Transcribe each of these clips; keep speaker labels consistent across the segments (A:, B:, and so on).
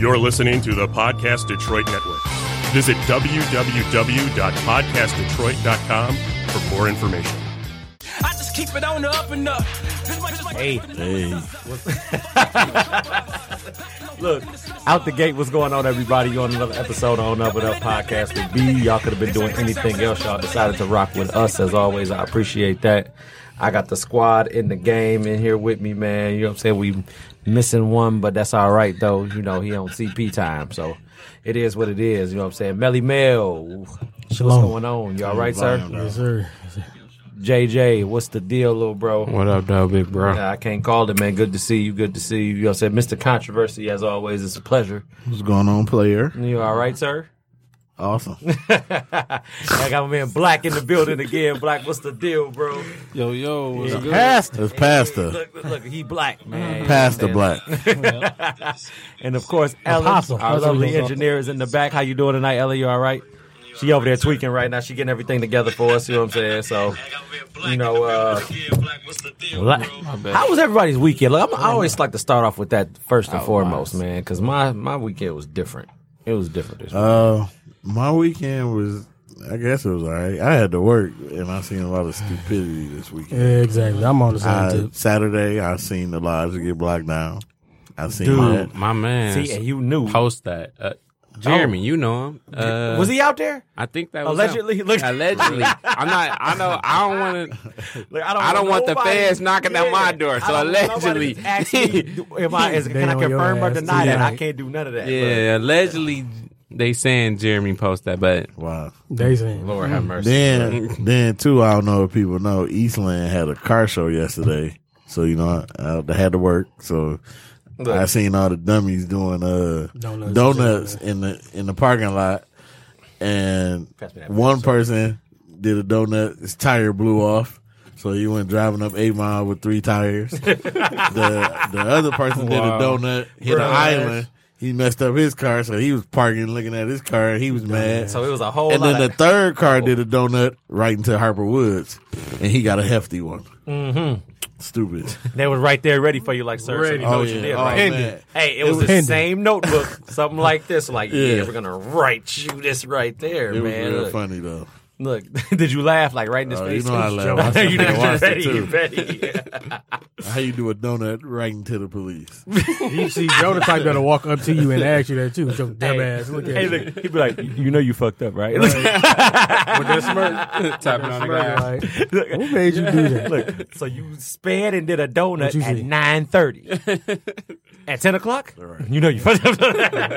A: You're listening to the Podcast Detroit Network. Visit www.podcastdetroit.com for more information.
B: I just keep it on the up and up. This much, this much,
C: Hey.
D: Hey,
C: Look, out the gate, what's going on, everybody? You on another episode on Up and Up Podcast with B. Y'all could have been doing anything else. Y'all decided to rock with us as always. I appreciate that. I got the squad in the game in here with me, man. You know what I'm saying? We missing one, but that's all right though. You know, he on CP time, so it is what it is. You know what I'm saying? Melly Mel. What's going on? You all right, sir?
D: Yes,
E: sir.
C: JJ, what's the deal, little bro?
E: What up, though, big bro?
C: Uh, I can't call it, man. Good to see you. Good to see you. You know what I'm saying? Mr. Controversy, as always, it's a pleasure.
D: what's going on, player?
C: You all right, sir?
D: Awesome.
C: I got my man Black in the building again. Black, what's the deal, bro?
E: Yo, yo, what's good?
D: It's Pastor.
C: Look, look, look, he black, man.
D: Pastor Black.
C: And of course, Ellen,
E: Apostle.
C: our
E: That's what
C: lovely
E: he was
C: engineer, is in the back. How you doing tonight, Ellen? You all right? She over there tweaking right now. She getting everything together for us. You know what I'm saying? So, you know, uh, Black. How was everybody's weekend? Look, I'm, I always like to start off with that first
E: Oh,
C: and foremost, man, because my my weekend was different. It was different this week.
D: Uh, my weekend was, I guess it was all right. I had to work, and I seen a lot of stupidity this weekend.
E: Yeah, exactly. I'm on the same
D: I-
E: tip.
D: Saturday, I seen the lives get blocked down. I seen
F: My,
D: that.
F: my man
C: See, and you knew.
F: post that. Uh, Jeremy, you know him. Uh,
C: was he out there?
F: I think that was
C: Allegedly,
F: him.
C: he looked-
F: allegedly. I'm not. I know. I don't want to.
C: Like,
F: I don't want the
C: nobody-
F: feds knocking at my door,
C: I
F: so
C: don't want nobody
F: allegedly-
C: to ask me, do- am I, is,
E: They
C: can I
E: on your
C: confirm or
E: ass
C: deny that? I
E: tonight.
C: can't do none of that.
F: Yeah, allegedly they saying Jeremy post that, but
D: Wow.
E: They saying.
C: Lord
D: Mm,
C: have mercy.
F: Mm.
D: Then, then too, I don't know if people know, Eastland had a car show yesterday. So, you know, I, I had to work. So, I seen all the dummies doing uh
E: Donuts.
D: donuts, in the in the parking lot, and
C: Pass me that
D: one person did a donut. His tire blew off, so he went driving up eight mile with three tires. the the other person did a donut, hit an island. He messed up his car, so he was parking, looking at his car. He was mad.
C: So it was a whole
D: and
C: lot
D: then the
C: of,
D: third car did a donut right into Harper Woods, and he got a hefty one. Mm-hmm. Stupid.
C: They was right there ready for you, like, sir. So you know
D: Oh,
C: what you
D: yeah.
C: did,
D: Oh,
C: right?
D: man.
C: Hey, it was, the
E: pending.
C: same notebook, something like this. Like, yeah,
D: Yeah.
C: we're going to write you this right there,
D: It was
C: man.
D: real
C: Look.
D: funny though.
C: Look, did you laugh like right in his
D: Oh, you
C: face?
D: know I laugh. I
C: you did
D: watched it,
C: ready,
D: too.
C: ready.
D: How you do a donut right into the police?
E: You see, Joe the type that'll walk up to you and ask you that too. With your dumb
C: Hey.
E: ass. Look at
C: Hey,
E: you.
C: look, he'd be like, you know you fucked up, right?
F: tapping on the
E: Right,
F: guy.
E: like, Who made you do that?
C: Look, so you sped and did a donut
E: What you
C: at
E: see?
C: nine thirty. at ten o'clock, you know you.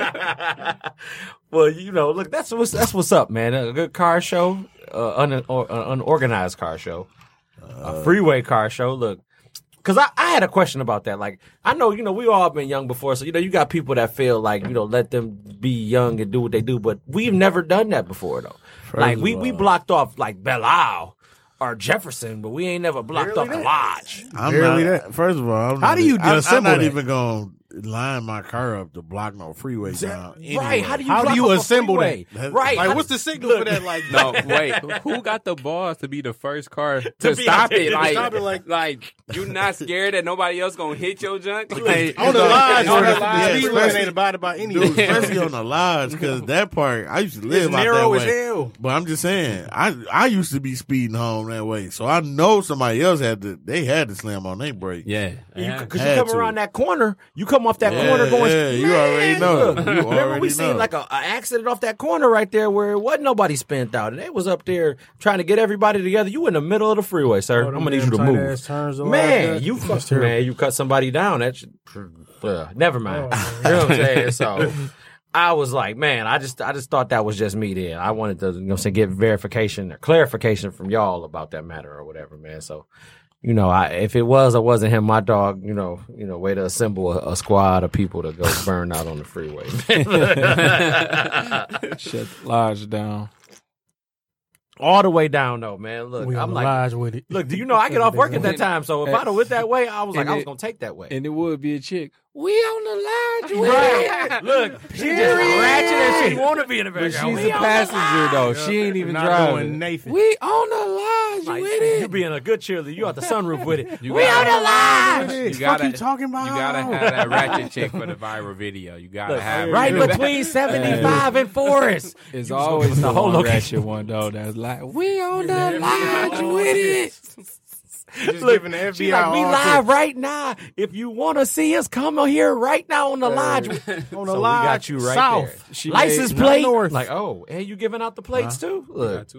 C: well, you know, look, that's what's that's what's up, man. A good car show, uh, un, or, an unorganized car show,
E: Uh,
C: a freeway car show. Look. Cause I, I had a question about that. Like I know you know we all been young before, so you know you got people that feel like you know let them be young and do what they do, but we've never done that before though. like we, we blocked off like Belle Isle or Jefferson, but we ain't never blocked off the lodge.
D: I'm
E: Barely
D: not, First of all, I'm
E: How
D: not,
E: do you
D: I'm, I'm
E: disassemble
D: not
E: that?
D: even going to line my car up to block no freeway down.
C: Right? How do you
E: How do
C: block
E: you
C: off a
E: assemble that?
C: freeway?
D: That's-
C: Right?
D: like,
C: How-
D: what's the signal for that? Like,
F: No, wait. Who got the balls to be the first car to,
C: be
F: stop,
C: out there
F: it?
C: to
F: Like,
C: stop it,
F: like, you not scared that nobody else gonna hit your junk? Like,
D: On the lodge,
F: on the
D: yeah, especially-
F: lodge, bro.
D: dude, especially on the lodge because that part I used to live out that
E: narrow as
D: way.
E: hell.
D: But I'm just saying, I I used to be speeding home that way, so I know somebody else had to. They had to slam on their brake.
F: Yeah, yeah.
C: Because you
D: Had
C: come
D: to.
C: around that corner, you come off that
D: Yeah,
C: corner going.
D: yeah, you already
C: "Man,
D: know.
C: look."
D: You
C: remember we
D: already
C: seen
D: know.
C: like a, a accident off that corner right there where it wasn't nobody spent out, and they was up there trying to get everybody together. You in the middle of the freeway,
E: Oh,
C: sir. I'm gonna need you to move. Man, you fuck, man, you cut somebody down. That should, uh, never mind. you know what I'm saying? So I was like, man, I just I just thought that was just me there. I wanted to, you know, what I'm saying, get verification or clarification from y'all about that matter or whatever, man. So, you know, I if it was or wasn't him, my dog, you know, you know, way to assemble a, a squad of people to go burn out on the freeway.
G: Shut the lodge down.
C: All the way down though, man. Look,
E: We
C: I'm
E: on
C: like,
E: lodge with it.
C: look, do you know I get off work at that time? So if I
G: And-
C: done went that way, I was like,
G: and
C: I was
G: it-
C: gonna take that way.
G: And it would be a chick. We on the lodge.
C: Look, she just ratchet and she want to be in the
E: But
C: background.
E: she's
C: We
E: a
C: on-
E: passenger though. She ain't even
G: Not
E: driving.
G: doing
E: Nathan.
G: We on the lodge with
C: you
G: it.
C: being a good cheerleader. You out the sunroof with it.
F: You
C: we
F: got
C: on
F: it.
C: the line.
F: You
E: you
F: gotta-
E: you talking about?
F: You gotta have that ratchet chick for the viral video. You gotta have her.
C: Right between 75 and Forest.
G: It's always the
C: the whole
G: whole
C: location.
G: ratchet one though. That's like we on the lodge with it.
E: Just giving the FBI
C: She's like, we
E: all
C: live right now. If you want to see us, come on here right now on
E: Uh,
C: the lodge.
E: to- on
C: So
E: the
C: we
E: lodge.
C: got you right
E: south.
C: there.
G: She
C: License
G: made-
C: plate.
E: north.
C: Like, oh, and you giving out the plates too? Look,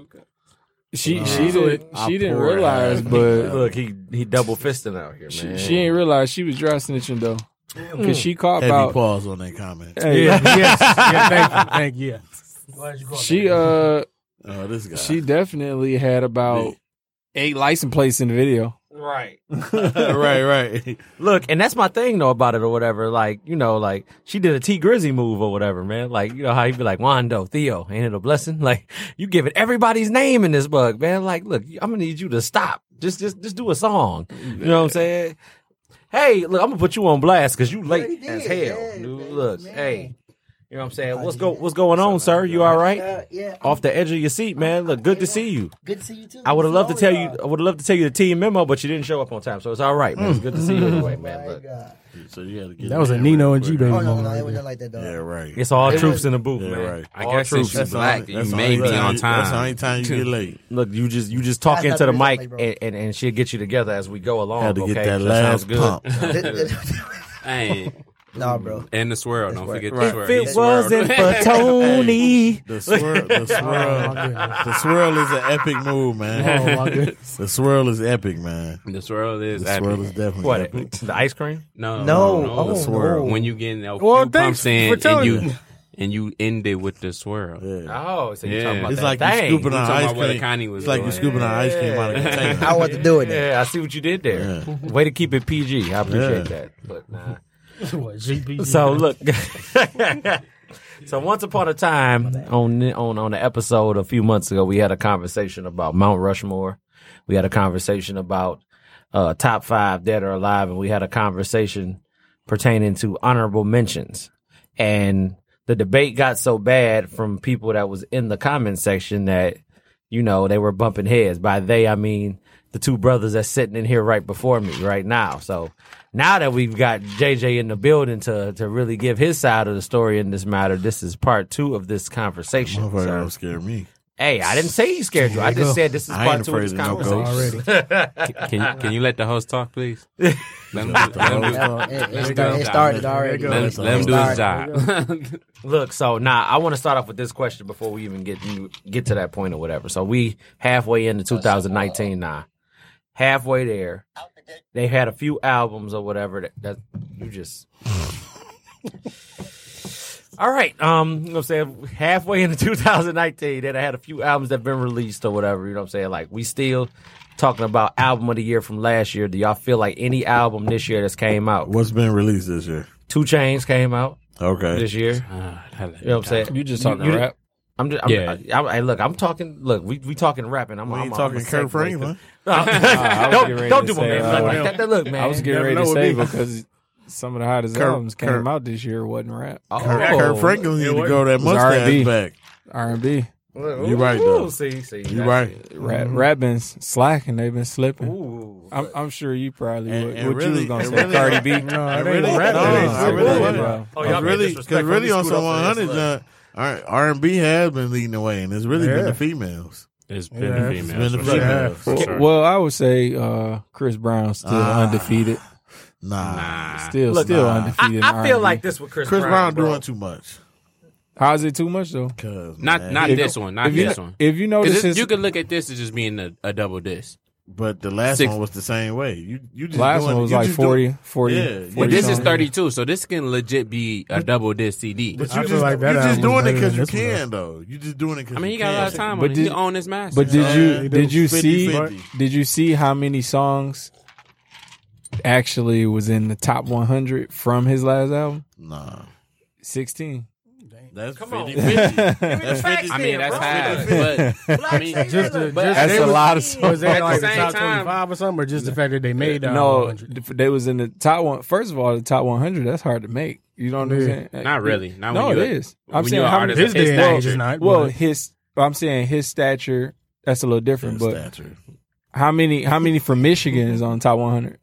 G: She she didn't
D: I
G: she didn't
D: pour her
G: realize,
D: ass.
G: but
C: look, he he double fisting out here,
G: she,
C: man.
G: she ain't realize she was dry snitching though, because she caught
D: Heavy
G: about
D: pause on that comment.
G: Hey,
E: Yeah, yes, yeah, thank you, thank you. Yeah.
G: she uh
D: Oh, this guy.
G: she definitely had about eight license plates in the video.
C: right.
D: right, right.
C: Look, and that's my thing though about it or whatever. Like, you know, like she did a T Grizzy move or whatever, man. Like, you know how you be like, Wando, Theo, ain't it a blessing? Like, you giving everybody's name in this bug, man. Like, look, I'm gonna need you to stop. Just, just, just do a song. You know what I'm saying? Hey, look, I'm gonna put you on blast because you late as hell. dude. look, hey. You know what I'm saying? What's go what's going on, sir? You all right?
H: Uh, yeah.
C: Off the edge of your seat, man. Look, Oh, good to see you.
H: Good to see you too.
C: I would have loved to tell you.
H: Oh,
C: I would have loved to tell you the team memo, but you didn't show up on time, so it's all right, man. It's good to see you anyway, man. Look,
H: God.
D: So you had to get
E: That was a
D: that
E: Nino
D: real
E: and G
D: quick.
E: baby.
H: Oh no,
E: moment
H: no, it
E: right
H: wasn't
E: there.
H: like that
D: Yeah,
H: though.
D: right.
C: it's all troops in the booth,
D: Yeah,
C: man.
D: right.
F: I
C: All
F: guess since
C: troops.
F: she's black, you may be on
D: That's the only time
F: time.
D: you get late.
C: Look, you just you just talk
H: That's not
C: into the
H: the reason
C: mic,
H: why, bro.
C: and, and and she'll get you together as we go along.
D: Had to get
C: okay?
D: that
C: sounds
D: last
C: good.
D: pump.
F: Hey,
H: nah, bro.
F: and the swirl. Don't forget the swirl.
C: If it
F: The swirl.
C: wasn't for Tony,
D: The swirl,
E: Oh,
D: the swirl, the swirl is an epic move, man.
E: Oh my goodness.
D: The swirl is epic, man.
F: The swirl is
D: The
F: epic.
D: swirl is definitely
C: what
D: epic.
C: the ice cream?
F: No,
H: No, oh,
F: the swirl.
H: no.
F: When you get in a
E: Well,
F: few
E: thanks
F: pumps in
E: for telling
F: and you
E: me.
F: and you end it with the swirl.
D: Yeah.
C: Oh, so
F: Yeah.
D: It's
C: that
D: like
C: thing.
D: you scooping
F: We
D: out
F: talking
D: ice
F: about what
D: cream.
F: Connie was
D: It's like you
F: doing.
D: scooping out ice cream out of a container.
H: I want to do it. then.
C: Yeah, I see what you did there. Way to keep it PG. I appreciate that. But nah.
E: What, GP?
C: So look, so once upon a time on the- on on the episode a few months ago, we had a conversation about Mount Rushmore. We had a conversation about uh, top five dead or alive, and we had a conversation pertaining to honorable mentions. And the debate got so bad from people that was in the comment section that you know they were bumping heads. By they, I mean the two brothers that's sitting in here right before me right now. So now that we've got JJ in the building to to really give his side of the story in this matter, this is part two of this conversation.
D: Motherfucker,
C: So,
D: don't scare me.
C: hey, I didn't say he scared you. I just said this is
D: I
C: part
D: ain't
C: two of
D: afraid
C: this
D: of no
C: conversation.
D: ghosts.
F: Can, can you let the host talk, please? Let him, do- let him do-
H: No, it, it,
F: Let's
H: start-
F: go.
H: it started already.
F: let him-
D: Let's go.
F: let him do his
H: Let's
F: job.
C: Look, so now I want to start off with this question before we even get get to that point or whatever. So we halfway into 2019 now, halfway there. They had a few albums or whatever that, that you just. All right, um, you know what I'm saying halfway into 2019, that I had a few albums that been released or whatever. You know what I'm saying? Like we still talking about album of the year from last year. Do y'all feel like any album this year that's came out?
D: What's been released this year?
C: Two Chains came out
D: Okay.
C: this year. You know what I'm saying?
G: You just talking
C: you-
G: rap.
C: I'm just, I'm,
F: Yeah.
C: I, I, I- look, I'm talking. Look, we we talking rapping. I'm,
D: We
C: I'm
D: ain't
C: I'm
D: talking
C: a
D: Kurt
C: segue.
D: Franklin.
C: No,
G: was getting
C: don't
G: ready
C: don't
G: to
C: do my
G: say,
C: man
G: uh,
C: like, like that, that. Look, man.
G: I was getting ready to
D: never know
G: say
D: with
G: because some of the hottest
D: Kurt-
G: albums came
D: Kurt-
G: out this year wasn't rap.
D: Kurt, Kurt Franklin need to grow that
G: was R&B.
D: mustache back.
G: R and B.
D: You right, though.
C: See, see,
D: You right.
G: Rap
E: Mm-hmm.
G: rap been slacking, they've been slipping.
C: Ooh.
G: I'm, I'm sure you probably
D: And-
G: would.
D: and
G: what you
D: really-
G: was gonna
D: and
G: say,
D: really-
G: Cardi B?
E: No,
D: I
E: it
D: really, no,
E: ain't rap.
D: I
G: It
D: really
G: ain't
D: wasn't.
G: rap.
C: Oh,
D: I
C: y'all being
D: really,
C: disrespectful.
D: because really
C: We
D: on
C: screwed
D: some
C: up for this,
D: 100,
C: look.
D: John, R and B has been leading the way, and it's really been the females.
F: it's been
E: Yeah.
F: the
E: It's
D: It's been
F: females.
D: the
F: for sure.
D: females.
F: Sure.
G: Well, I would say uh, Chris Brown's still
D: Ah.
G: undefeated.
D: Nah,
G: Still,
C: Look,
G: still
D: nah.
C: I,
G: undefeated.
C: I feel
G: in
C: like
G: R&B.
C: this with Chris,
D: Chris Brown
C: bro.
D: doing too much.
G: How's it too much though?
D: Cause
F: Not
D: man,
F: not
D: he-
F: this one. Not
G: if you
F: this one.
G: if you
F: 'Cause
G: notice
F: this-
G: his
F: you could look at this as just being a, a double disc.
D: But the last
F: Six-
D: one was the same way. You you just
G: last
D: doing,
G: one was
D: you
G: like
D: just doing-
G: 40, 40,
D: Yeah, yeah.
F: But
G: 40
F: this is
G: songs.
F: 32, so this can legit be a double disc CD.
D: But
E: I
D: you
E: feel
D: just,
E: like that
D: you just
E: album's
D: doing it
E: better
D: because
E: than
D: you
E: this one,
D: can though. You just doing it because
F: I mean,
D: you
F: he got a lot of
D: can.
F: time
G: But
F: on it. He
G: did-
F: own his master.
G: But did
D: Yeah,
G: you did you
D: 50,
G: see
D: 50.
G: did you see how many songs actually was in the top 100 from his last album?
D: Nah,
G: 16.
D: That's
C: Come on.
D: 50
C: Give
D: 50.
C: me the facts
F: I mean,
C: then,
F: that's
C: bro.
F: half. But
C: Black
F: I mean,
C: Taylor,
E: just the-
C: but-
E: just-
I: That's
E: They
I: a
E: was-
I: lot of
E: Was
I: songs.
E: that
F: At
E: like
F: the
E: the
F: same
E: top
F: time-
E: twenty five or something, or just the fact that they made uh,
I: No,
E: 100?
I: th- they was in the top one. First of all, the top one hundred. That's hard to make. You know what I'm
E: Yeah.
I: saying? Like,
F: Not really. Not
I: no,
F: when
I: it
F: you-
I: is. I'm
F: when
I: saying
F: you're
I: how
F: an
I: many-
F: artist,
E: his day
F: it's
E: and
F: not-
E: age is not.
I: Well,
E: but-
I: his. I'm saying his stature. That's a little different. But
D: Stature.
I: how many? How many from Michigan is on top one hundred?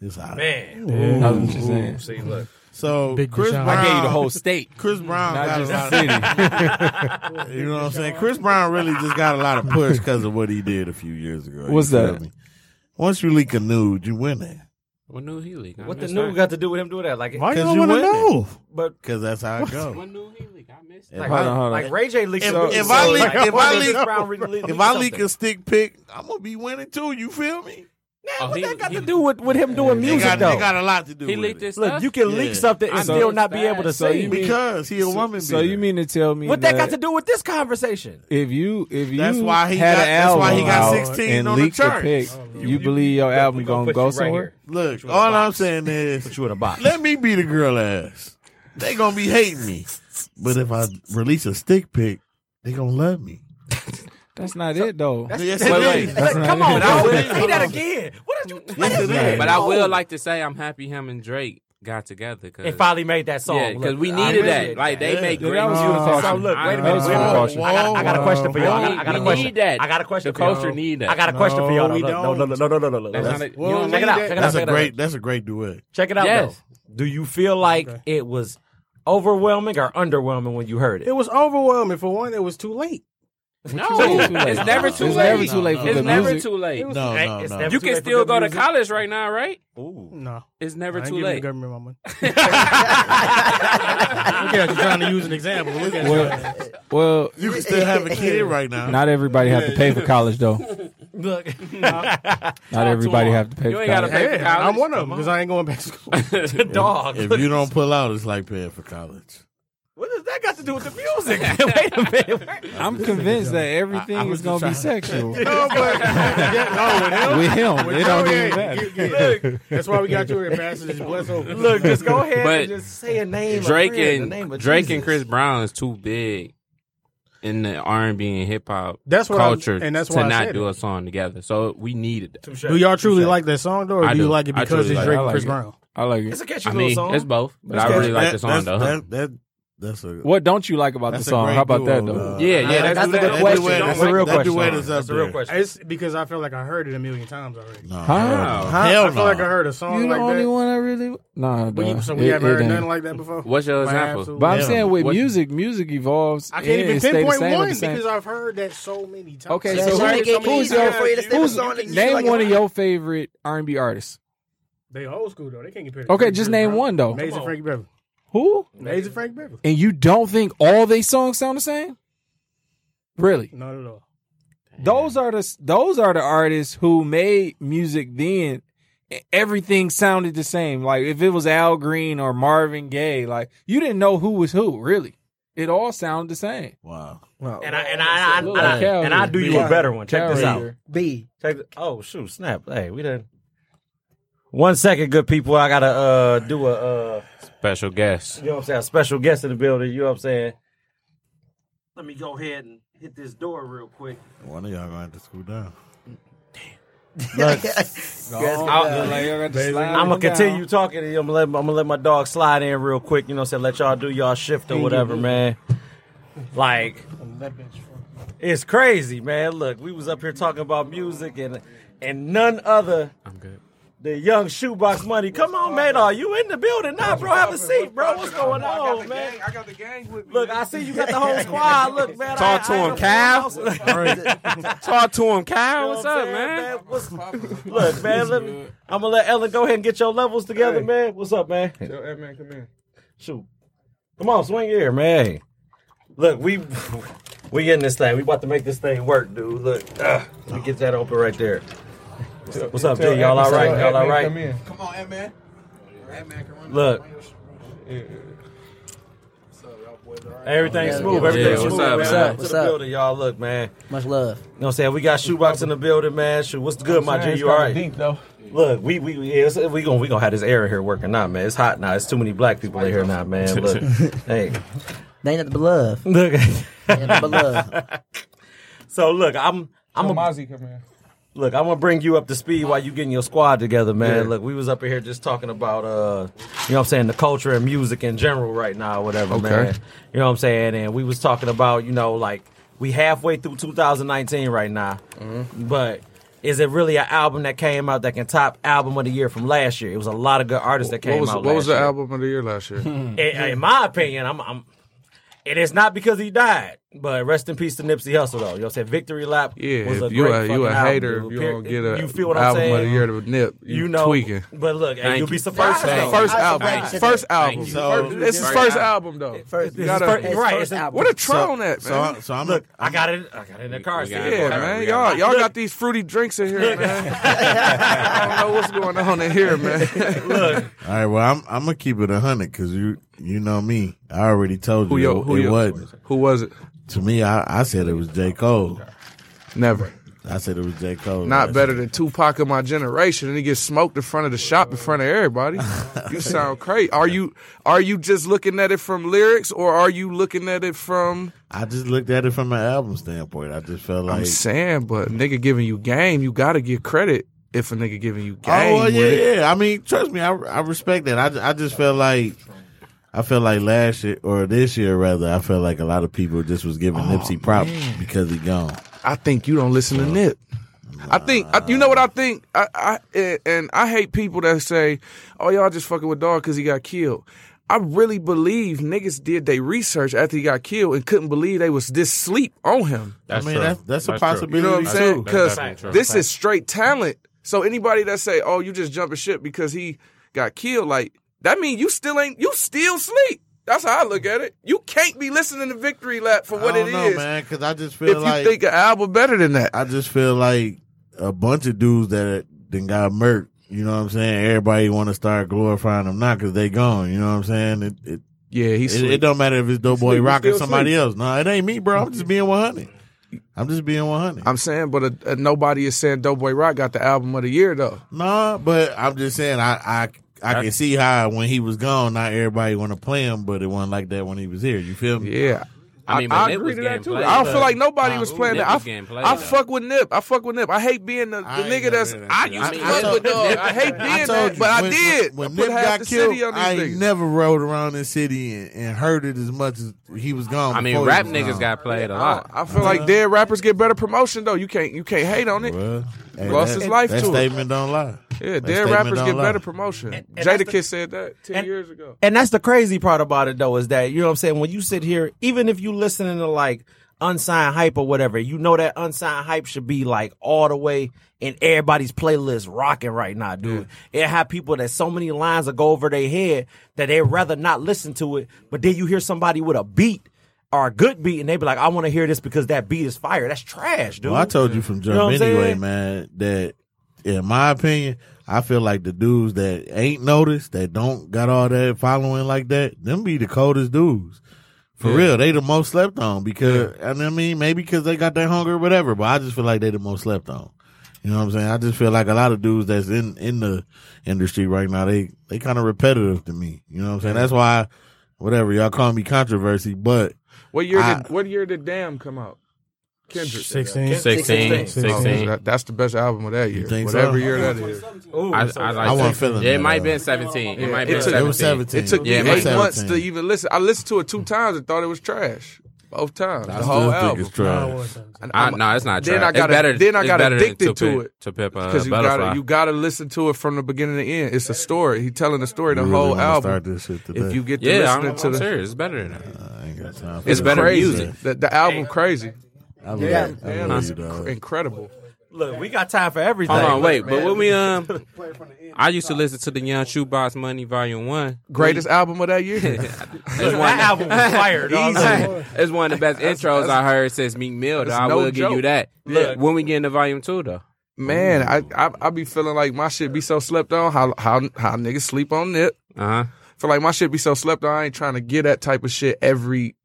D: It's hot.
C: Man.
I: I was just saying.
C: See, look.
D: So
E: Big
D: Chris
E: Deshaun.
D: Brown,
E: I
F: I gave you the whole state.
D: Chris Brown
I: Not
D: got
I: just
D: a lot
I: the city.
D: of, you know what I'm saying? Chris Brown really just got a lot of push because of what he did a few years ago. You
I: What's
D: feel
I: that?
D: me? Once you leak a nude, you win it.
F: What new he leak? I
C: What the
F: missed
C: new
F: that.
C: got to do with him doing that? Like,
E: Why you
D: Cause
E: don't
D: you
E: want to
D: win
E: know?
C: but
D: Because that's how it goes.
F: What new he leak? I missed that.
D: If
I: Hold on,
D: I,
I: hold on.
C: like Ray J leaks.
D: If-
C: something,
D: if I
C: so,
D: leak-
C: like,
D: if
C: why
D: I
C: does
D: leak-
C: Chris Brown re- leak
D: if I leak
C: something?
D: a stick pick, I'm gonna be winning too. You feel me?
F: Oh,
C: what
F: he-
C: that got
F: he-
C: to do with, with him doing
D: They
C: music
D: got,
C: though?
D: they got a lot to do.
F: He
D: with
F: leaked
D: it.
F: this.
C: Look,
F: stuff?
C: you can
D: Yeah.
C: leak something and
F: I know
C: still not be
F: it's
C: able to
F: bad.
I: So
C: say
I: you mean-
D: because he a woman.
I: So you
D: beater.
I: mean to tell me
C: what that got to do with this conversation?
I: If you if you
D: That's why he
I: had
D: got-
I: an
D: that's
I: album
D: why he got
I: out
D: 16
I: and
D: on the
I: leaked the
D: charts.
I: pick, you, believe your album gonna go somewhere?
D: Look, all I'm saying
C: Put
D: is,
C: you in a box.
D: let me be the girl ass. They gonna be hating me, but if I release a stick pick, they gonna love me.
I: That's not it though.
D: Yes, it
F: Wait, wait.
D: is.
C: Like,
I: not
C: come
I: it.
C: on,
I: But I
C: bro.
I: will-
C: Say that again. What did you?
D: Yes, it is.
F: But I will like to say I'm happy him and Drake got together. Cause,
C: They finally made that song.
F: yeah, because
C: Look,
F: we
C: I
F: needed
C: appreciate
F: that. Like they
D: Yeah.
F: make
I: Yeah,
F: great
I: that was
F: music.
I: full caution.
C: So look, wait a
I: That
C: minute.
I: was
C: Wait a
I: full
C: minute.
I: caution.
C: I, got, I got a question for y'all. I
F: We-
C: got, I got a
F: we
C: question.
F: need that.
C: I got a question
F: The
C: for y'all.
F: culture need that.
C: I got a question for y'all.
D: No, we
C: No, no, no, no, no, no, no, no, no.
F: That's not
C: That's-
F: it. You don't
C: Check it
F: need
C: out.
F: that.
C: Check it out.
D: That's
C: Check
D: a
C: it out.
D: great. That's a great duet.
C: Check it out
F: Yes.
C: though. Do you feel like it was overwhelming or underwhelming when you heard it?
E: It was overwhelming. For one, it was too late.
F: No, it's never too
I: It's
F: late.
I: never too late for
F: It's
I: good
F: never
I: music.
F: too late.
D: No,
C: Hey,
D: no,
C: it's
D: no.
C: never too
F: You
C: late
F: can
C: for
F: still
C: good
F: go to
C: music.
F: college right now, right?
E: No,
F: It's
E: I
F: never
E: ain't
F: too
E: giving the
F: late.
E: government my money. Look at you trying to use an example. Look at you.
I: Well, well,
D: You can still have a kid right now.
I: not everybody have to pay for college though.
C: Look,
I: Not everybody
F: him.
I: have to pay
F: You
I: for
F: ain't gotta
I: college.
F: pay-
E: Yeah, I'm one of them because I ain't going back to school.
C: dog.
D: If you don't pull out, it's like paying for college.
C: What does that got to do with the music? Wait a minute.
I: I'm convinced that everything
D: I- I was
I: is gonna be
D: just trying-
I: sexual with
E: no, but yeah,
I: him. It don't even
E: yeah,
I: matter.
E: that's why we got you here, Pastor. Just bless over.
C: Look, just go ahead
F: But
C: and just say a name.
F: Drake
C: a friend, the name
F: and
C: of
F: Drake
C: Jesus.
F: and Chris Brown is too big in the R and B and hip hop
E: That's what I'm-
F: culture
E: and that's
F: to
E: why I
F: not
E: said
F: do
E: it.
F: a song together. So we needed that.
E: Do y'all truly like that song, though, or
F: I
E: do you
F: do.
E: like it
F: I
E: because
F: truly
E: it's
F: like it.
E: Drake
I: I
E: and
I: like
E: Chris
I: it.
E: Brown?
I: I like
C: It's
I: it.
C: a catchy
F: I
C: little
F: mean,
C: song.
F: it's both, but I
D: That-
F: really like the
D: that's,
F: song though. huh?
D: That, that, that's a
I: What don't you like about the
D: That's a
I: song?
D: great
I: How about that
D: duo,
I: though?
D: uh,
F: Yeah,
C: That's
F: yeah, that's
C: a good
F: that-
C: question.
F: that-
C: That's a real
D: that
C: question.
D: duet is up
C: That's a real
D: there.
C: question.
E: It's because I feel like I heard it a million times already.
D: No,
I: Huh?
D: hell
E: I
D: no.
E: feel like I heard a song
I: You the
E: like
I: only
E: that.
I: one I really nah.
E: But you-
I: dawg.
E: so we
I: It-
E: haven't
I: it
E: heard
I: ain't.
E: nothing like that before.
F: What's your
E: Like,
F: example?
E: absolutely.
I: But I'm
D: Yeah.
I: saying with
F: What-
I: music, music evolves.
E: I can't
I: and
E: even
I: it stay the
E: pinpoint
I: same at
E: one
I: the same-
E: because I've heard that so many times.
I: Okay,
E: They
I: so
E: heard
I: who-
E: it so many
I: who's
E: times.
I: your-
H: for you to step
I: who's-
H: on it, you
I: name
H: feel like
I: one
H: it's
I: of your favorite R and B artists.
E: They old school though. They can't compare.
I: Okay, just name one, though.
E: Major
C: Come on.
E: Frankie Beverly.
I: Who?
E: Major Frankie Beverly.
I: And you don't think all they songs sound the same? Really?
E: Not at all.
I: Those are the those are the artists who made music then. and Everything sounded the same. Like if it was Al Green or Marvin Gaye, like you didn't know who was who. Really, it all sounded the same.
D: Wow.
C: And I and I,
I: Look
C: I, I,
I: like Calvin.
C: and I do you a better one. Check this out.
I: Carrier.
H: B.
C: Check the, oh shoot, snap. Hey, we done. One second, good people. I gotta uh do a uh
F: Special guest.
C: you know what I'm saying, a special guest in the building, you know what I'm saying? Let me go ahead and hit this door real quick.
D: One of y'all gonna have to scoot down.
C: I'm gonna continue talking to you. I'm gonna, let, I'm gonna let my dog slide in real quick, you know what I'm saying? Let y'all do y'all shift or whatever, man. Like it's crazy, man. Look, we was up here talking about music and and none other
F: I'm good.
C: the young shoebox money. Come on, man. Are you in the building now, bro? Have a seat, bro. What's going on, man?
J: I got the gang with me.
C: Look, I see you got the whole squad. Look, man.
F: Talk
C: I-
F: to
C: I
F: him,
C: ain't
F: Cal.
C: gonna- You know
F: Talk to him, Kyle.
C: what
F: What's
C: I'm
F: up,
C: saying,
F: man?
C: What's- look, man. Let me, I'm gonna let Ellen go ahead and get your levels together, man. What's up, man?
J: Yo, hey, man, come in.
C: Shoot, come on, swing here, man. Look, we we in this thing. We about to make this thing work, dude. Look, ah, let me get that open right there. What's up, G? Y'all all right? Y'all all right?
J: Come in.
C: Look. Everything's smooth.
H: Yeah,
C: Everything's
F: what's
C: smooth.
F: up,
C: man.
F: man?
C: Welcome
H: What's
C: to the
H: up?
C: building, y'all. Look, man.
H: Much love.
C: You know what I'm saying? We got shoebox in the building, man. Shoot, what's good, my G? You all right?
G: though.
C: Look, we we yeah, it's, we gonna we gonna have this air in here working out, man. It's hot now. It's too many black people in here now, man. Look, hey,
H: They ain't nothing but love.
C: look.
H: They ain't nothing but love.
C: So look, I'm I'm a,
G: Mozzie come here.
C: Look, I'm gonna bring you up to speed while you getting your squad together, man. Look, we was up in here just talking about uh you know what I'm saying, the culture and music in general right now, or whatever, man. You know what I'm saying? And we was talking about, you know, like we halfway through 2019 right now.
I: Mm-hmm.
C: But is it really an album that came out that can top album of the year from last year? It was a lot of good artists that came
I: What was
C: out.
I: what was the
C: last year.
I: album of the year last year?
C: In, in my opinion, I'm, I'm it is not because he died, but rest in peace to Nipsey Hussle though. You know what I'm saying? Victory Lap
I: Yeah,
C: was a
I: if you
C: great
I: a you
C: fucking
I: a
C: album,
I: hater,
C: dude.
I: if you don't get
C: Period.
I: a
C: You feel what I'm
I: album of the
C: saying?
I: year to nip, you,
C: you know,
I: tweaking.
C: But look, hey,
F: Thank
C: you'll be
F: you.
C: surprised.
H: Thank
C: though.
H: you.
I: First
H: I
I: album,
H: surprised you.
I: first album.
D: So-
I: It's his first album though.
H: First,
C: This is
I: gotta-
C: first-
H: his
C: right,
H: first
C: it's a-
H: album. Uh,
I: What a tron that
D: So, I-
I: man.
D: so I'm
C: Look, I got it. I got it in the car.
F: We
C: seat.
F: got it.
I: Yeah,
F: Sorry,
I: man.
F: we
I: Y'all
F: got-
I: y'all got these fruity drinks in here, man. I don't know what's going on in here, man.
C: Look,
D: All right, well, I'm I'm gonna keep it a hundred because you you know me. I already told you
I: Who yo, who
D: it, it
I: yo,
D: wasn't.
I: who was it?
D: To me, I, I said it was J Cole.
I: Never.
D: I said it was J Cole.
I: Not
D: That's-
I: better than Tupac of my generation, and he gets smoked in front of the shop in front of everybody. You sound crazy. Are you are you just looking at it from lyrics, or are you looking at it from?
D: I just looked at it from an album standpoint. I just felt like
I: I'm saying, but nigga giving you game, you gotta get credit if a nigga giving you
D: Oh
I: game.
D: well,
I: with it.
D: yeah, yeah. I mean, trust me, I I respect that. I, ju- I just felt like I felt like last year or this year rather, I felt like a lot of people just was giving Nipsey props because he gone.
I: I think you don't listen to Nip. I think I, you know what I think. I, I and- and I hate people that say, "Oh, y'all just fucking with dog because he got killed." I really believe niggas did they research after he got killed and couldn't believe they was this sleep on him.
D: I mean, that's that's a
F: That's true.
D: possibility.
I: You know what I'm
D: too.
I: saying? Because
F: definitely true.
I: this is straight talent. So anybody that say, "Oh, you just jumping ship because he got killed," like that mean you still ain't you still sleep. That's how I look at it. You can't be listening to Victory Lap for what
D: I
I: it
D: don't
I: is.
D: know, man. Because I just feel
I: If you
D: like
I: think an album better than that,
D: I just feel like a bunch of dudes that then got murked. You know what I'm saying? Everybody want to start glorifying them now because they gone. You know what I'm saying? It it,
I: yeah, he's
D: it, it don't matter if it's Doughboy
I: Sleep,
D: Rock or
I: still
D: somebody
I: sleep.
D: else. No, it ain't me, bro. I'm just being 100. I'm just being 100.
I: I'm saying, but uh uh nobody is saying Doughboy Rock got the album of the year though.
D: Nah, but I'm just saying I I I can see how when he was gone, not everybody want to play him, but it wasn't like that when he was here. You feel me?
I: Yeah.
F: I mean, but Nip was getting played,
I: I don't
F: though.
I: feel like nobody
F: Uh,
I: was
F: ooh,
I: playing
F: Nip
I: that. I,
F: was getting played,
I: I
F: though.
I: fuck with Nip. I fuck with Nip. I hate being the, the
D: I ain't
I: nigga
D: never
I: that's.
D: been that
I: I
D: shit.
I: used to
D: I- I
I: fuck
D: told-
I: with dog. I hate
D: I
I: being
D: told
I: that,
D: you,
I: but I
D: when-
I: did.
D: When,
I: I
D: Nip
I: put half
D: got
I: the
D: killed,
I: city on these
D: I
I: niggas.
D: never rode around this city and, and heard it as much as he was gone.
F: I mean,
D: before he
F: rap
D: was
F: niggas
D: gone.
F: got played a
I: I,
F: lot.
I: I feel like dead rappers get better promotion though. You can't you can't hate on it.
D: Well, hey,
I: Lost
D: that-
I: his life
D: That
I: to it.
D: statement don't lie.
I: yeah,
D: That
I: dead
D: statement
I: rappers
D: don't
I: get
D: lie.
I: better promotion.
C: And- and that's
I: Jada
C: the-
I: Kiss said that ten
C: and-
I: years ago.
C: and that's the crazy part about it though is that you know what I'm saying. When you sit here, even if you listening to like unsigned hype or whatever, you know that unsigned hype should be like all the way in everybody's playlist rocking right now, dude. It have people that so many lines will go over their head that they'd rather not listen to it, but then you hear somebody with a beat or a good beat and they be like, I want to hear this because that beat is fire. That's trash, dude.
D: Well, I told you from jump
C: know what I'm
D: anyway,
C: saying?
D: man, that in my opinion, I feel like the dudes that ain't noticed, that don't got all that following like that, them be the coldest dudes. For real, they the most slept on because and I mean maybe because they got their hunger or whatever, but I just feel like they the most slept on. You know what I'm saying? I just feel like a lot of dudes that's in in the industry right now, they they kind of repetitive to me. You know what I'm saying? That's why, whatever y'all call me controversy, but
I: What year
D: I-
I: did What year did Damn come out? Kendrick.
E: 16.
F: 16,
E: 16.
I: Oh,
F: 16.
I: that- that's the best album of that year.
D: You think so?
I: Whatever year that is.
C: Ooh,
F: I,
C: so-
F: I, like
D: I wasn't
F: 16.
D: feeling
F: Yeah,
D: that,
F: it might have
D: uh,
F: been 17. It might
I: It
F: be
I: took-
D: it was
F: 17.
D: 17.
I: It took
F: Yeah,
I: me
F: it
I: eight
F: was
I: months to
D: 17.
I: even listen. I listened to it two times and thought it was trash. Both times, the
D: I
I: whole
D: still think
I: album.
D: it's
G: Uh,
D: trash.
I: And
F: I,
I: I'm-
F: no, it's not
I: Then
F: trash.
I: I
F: It's
I: got a-
F: better,
I: then I
F: it's
I: got
F: better than
I: addicted to
F: Pimp-
I: it.
F: To Pimp uh,
I: because you
F: Butterfly.
I: gotta you gotta listen to it from the beginning to the end. It's a story. He telling the story the
D: We really
I: whole
D: wanna
I: album.
D: start this shit today.
I: If you get to
F: yeah, I'm,
I: listening
F: I'm
I: to the
F: serious. It's better than that.
D: I ain't got time for
F: It's
D: that.
F: better
I: crazy,
F: music.
I: the, the album crazy,
D: I love
H: Yeah.
D: it. I
I: Man,
D: love
I: it's
D: you, dog.
I: cr- incredible.
C: look, we got time for everything.
F: Hold on, wait. But when we um, I used to listen to the Young Shoebox Money Volume One.
I: Greatest album of that year.
F: It's
C: That
F: one,
C: album was fire, dog.
F: it's one of the best intros I heard since Meek Mill. Though.
I: that's
F: I
I: no
F: will give you
I: joke.
F: that.
I: Look.
F: when we get into Volume Two, though,
I: Man, I, I I be feeling like my shit be so slept on. How how how niggas sleep on Nip.
F: uh huh.
I: So like my shit be so slept on. I ain't trying to get that type of shit every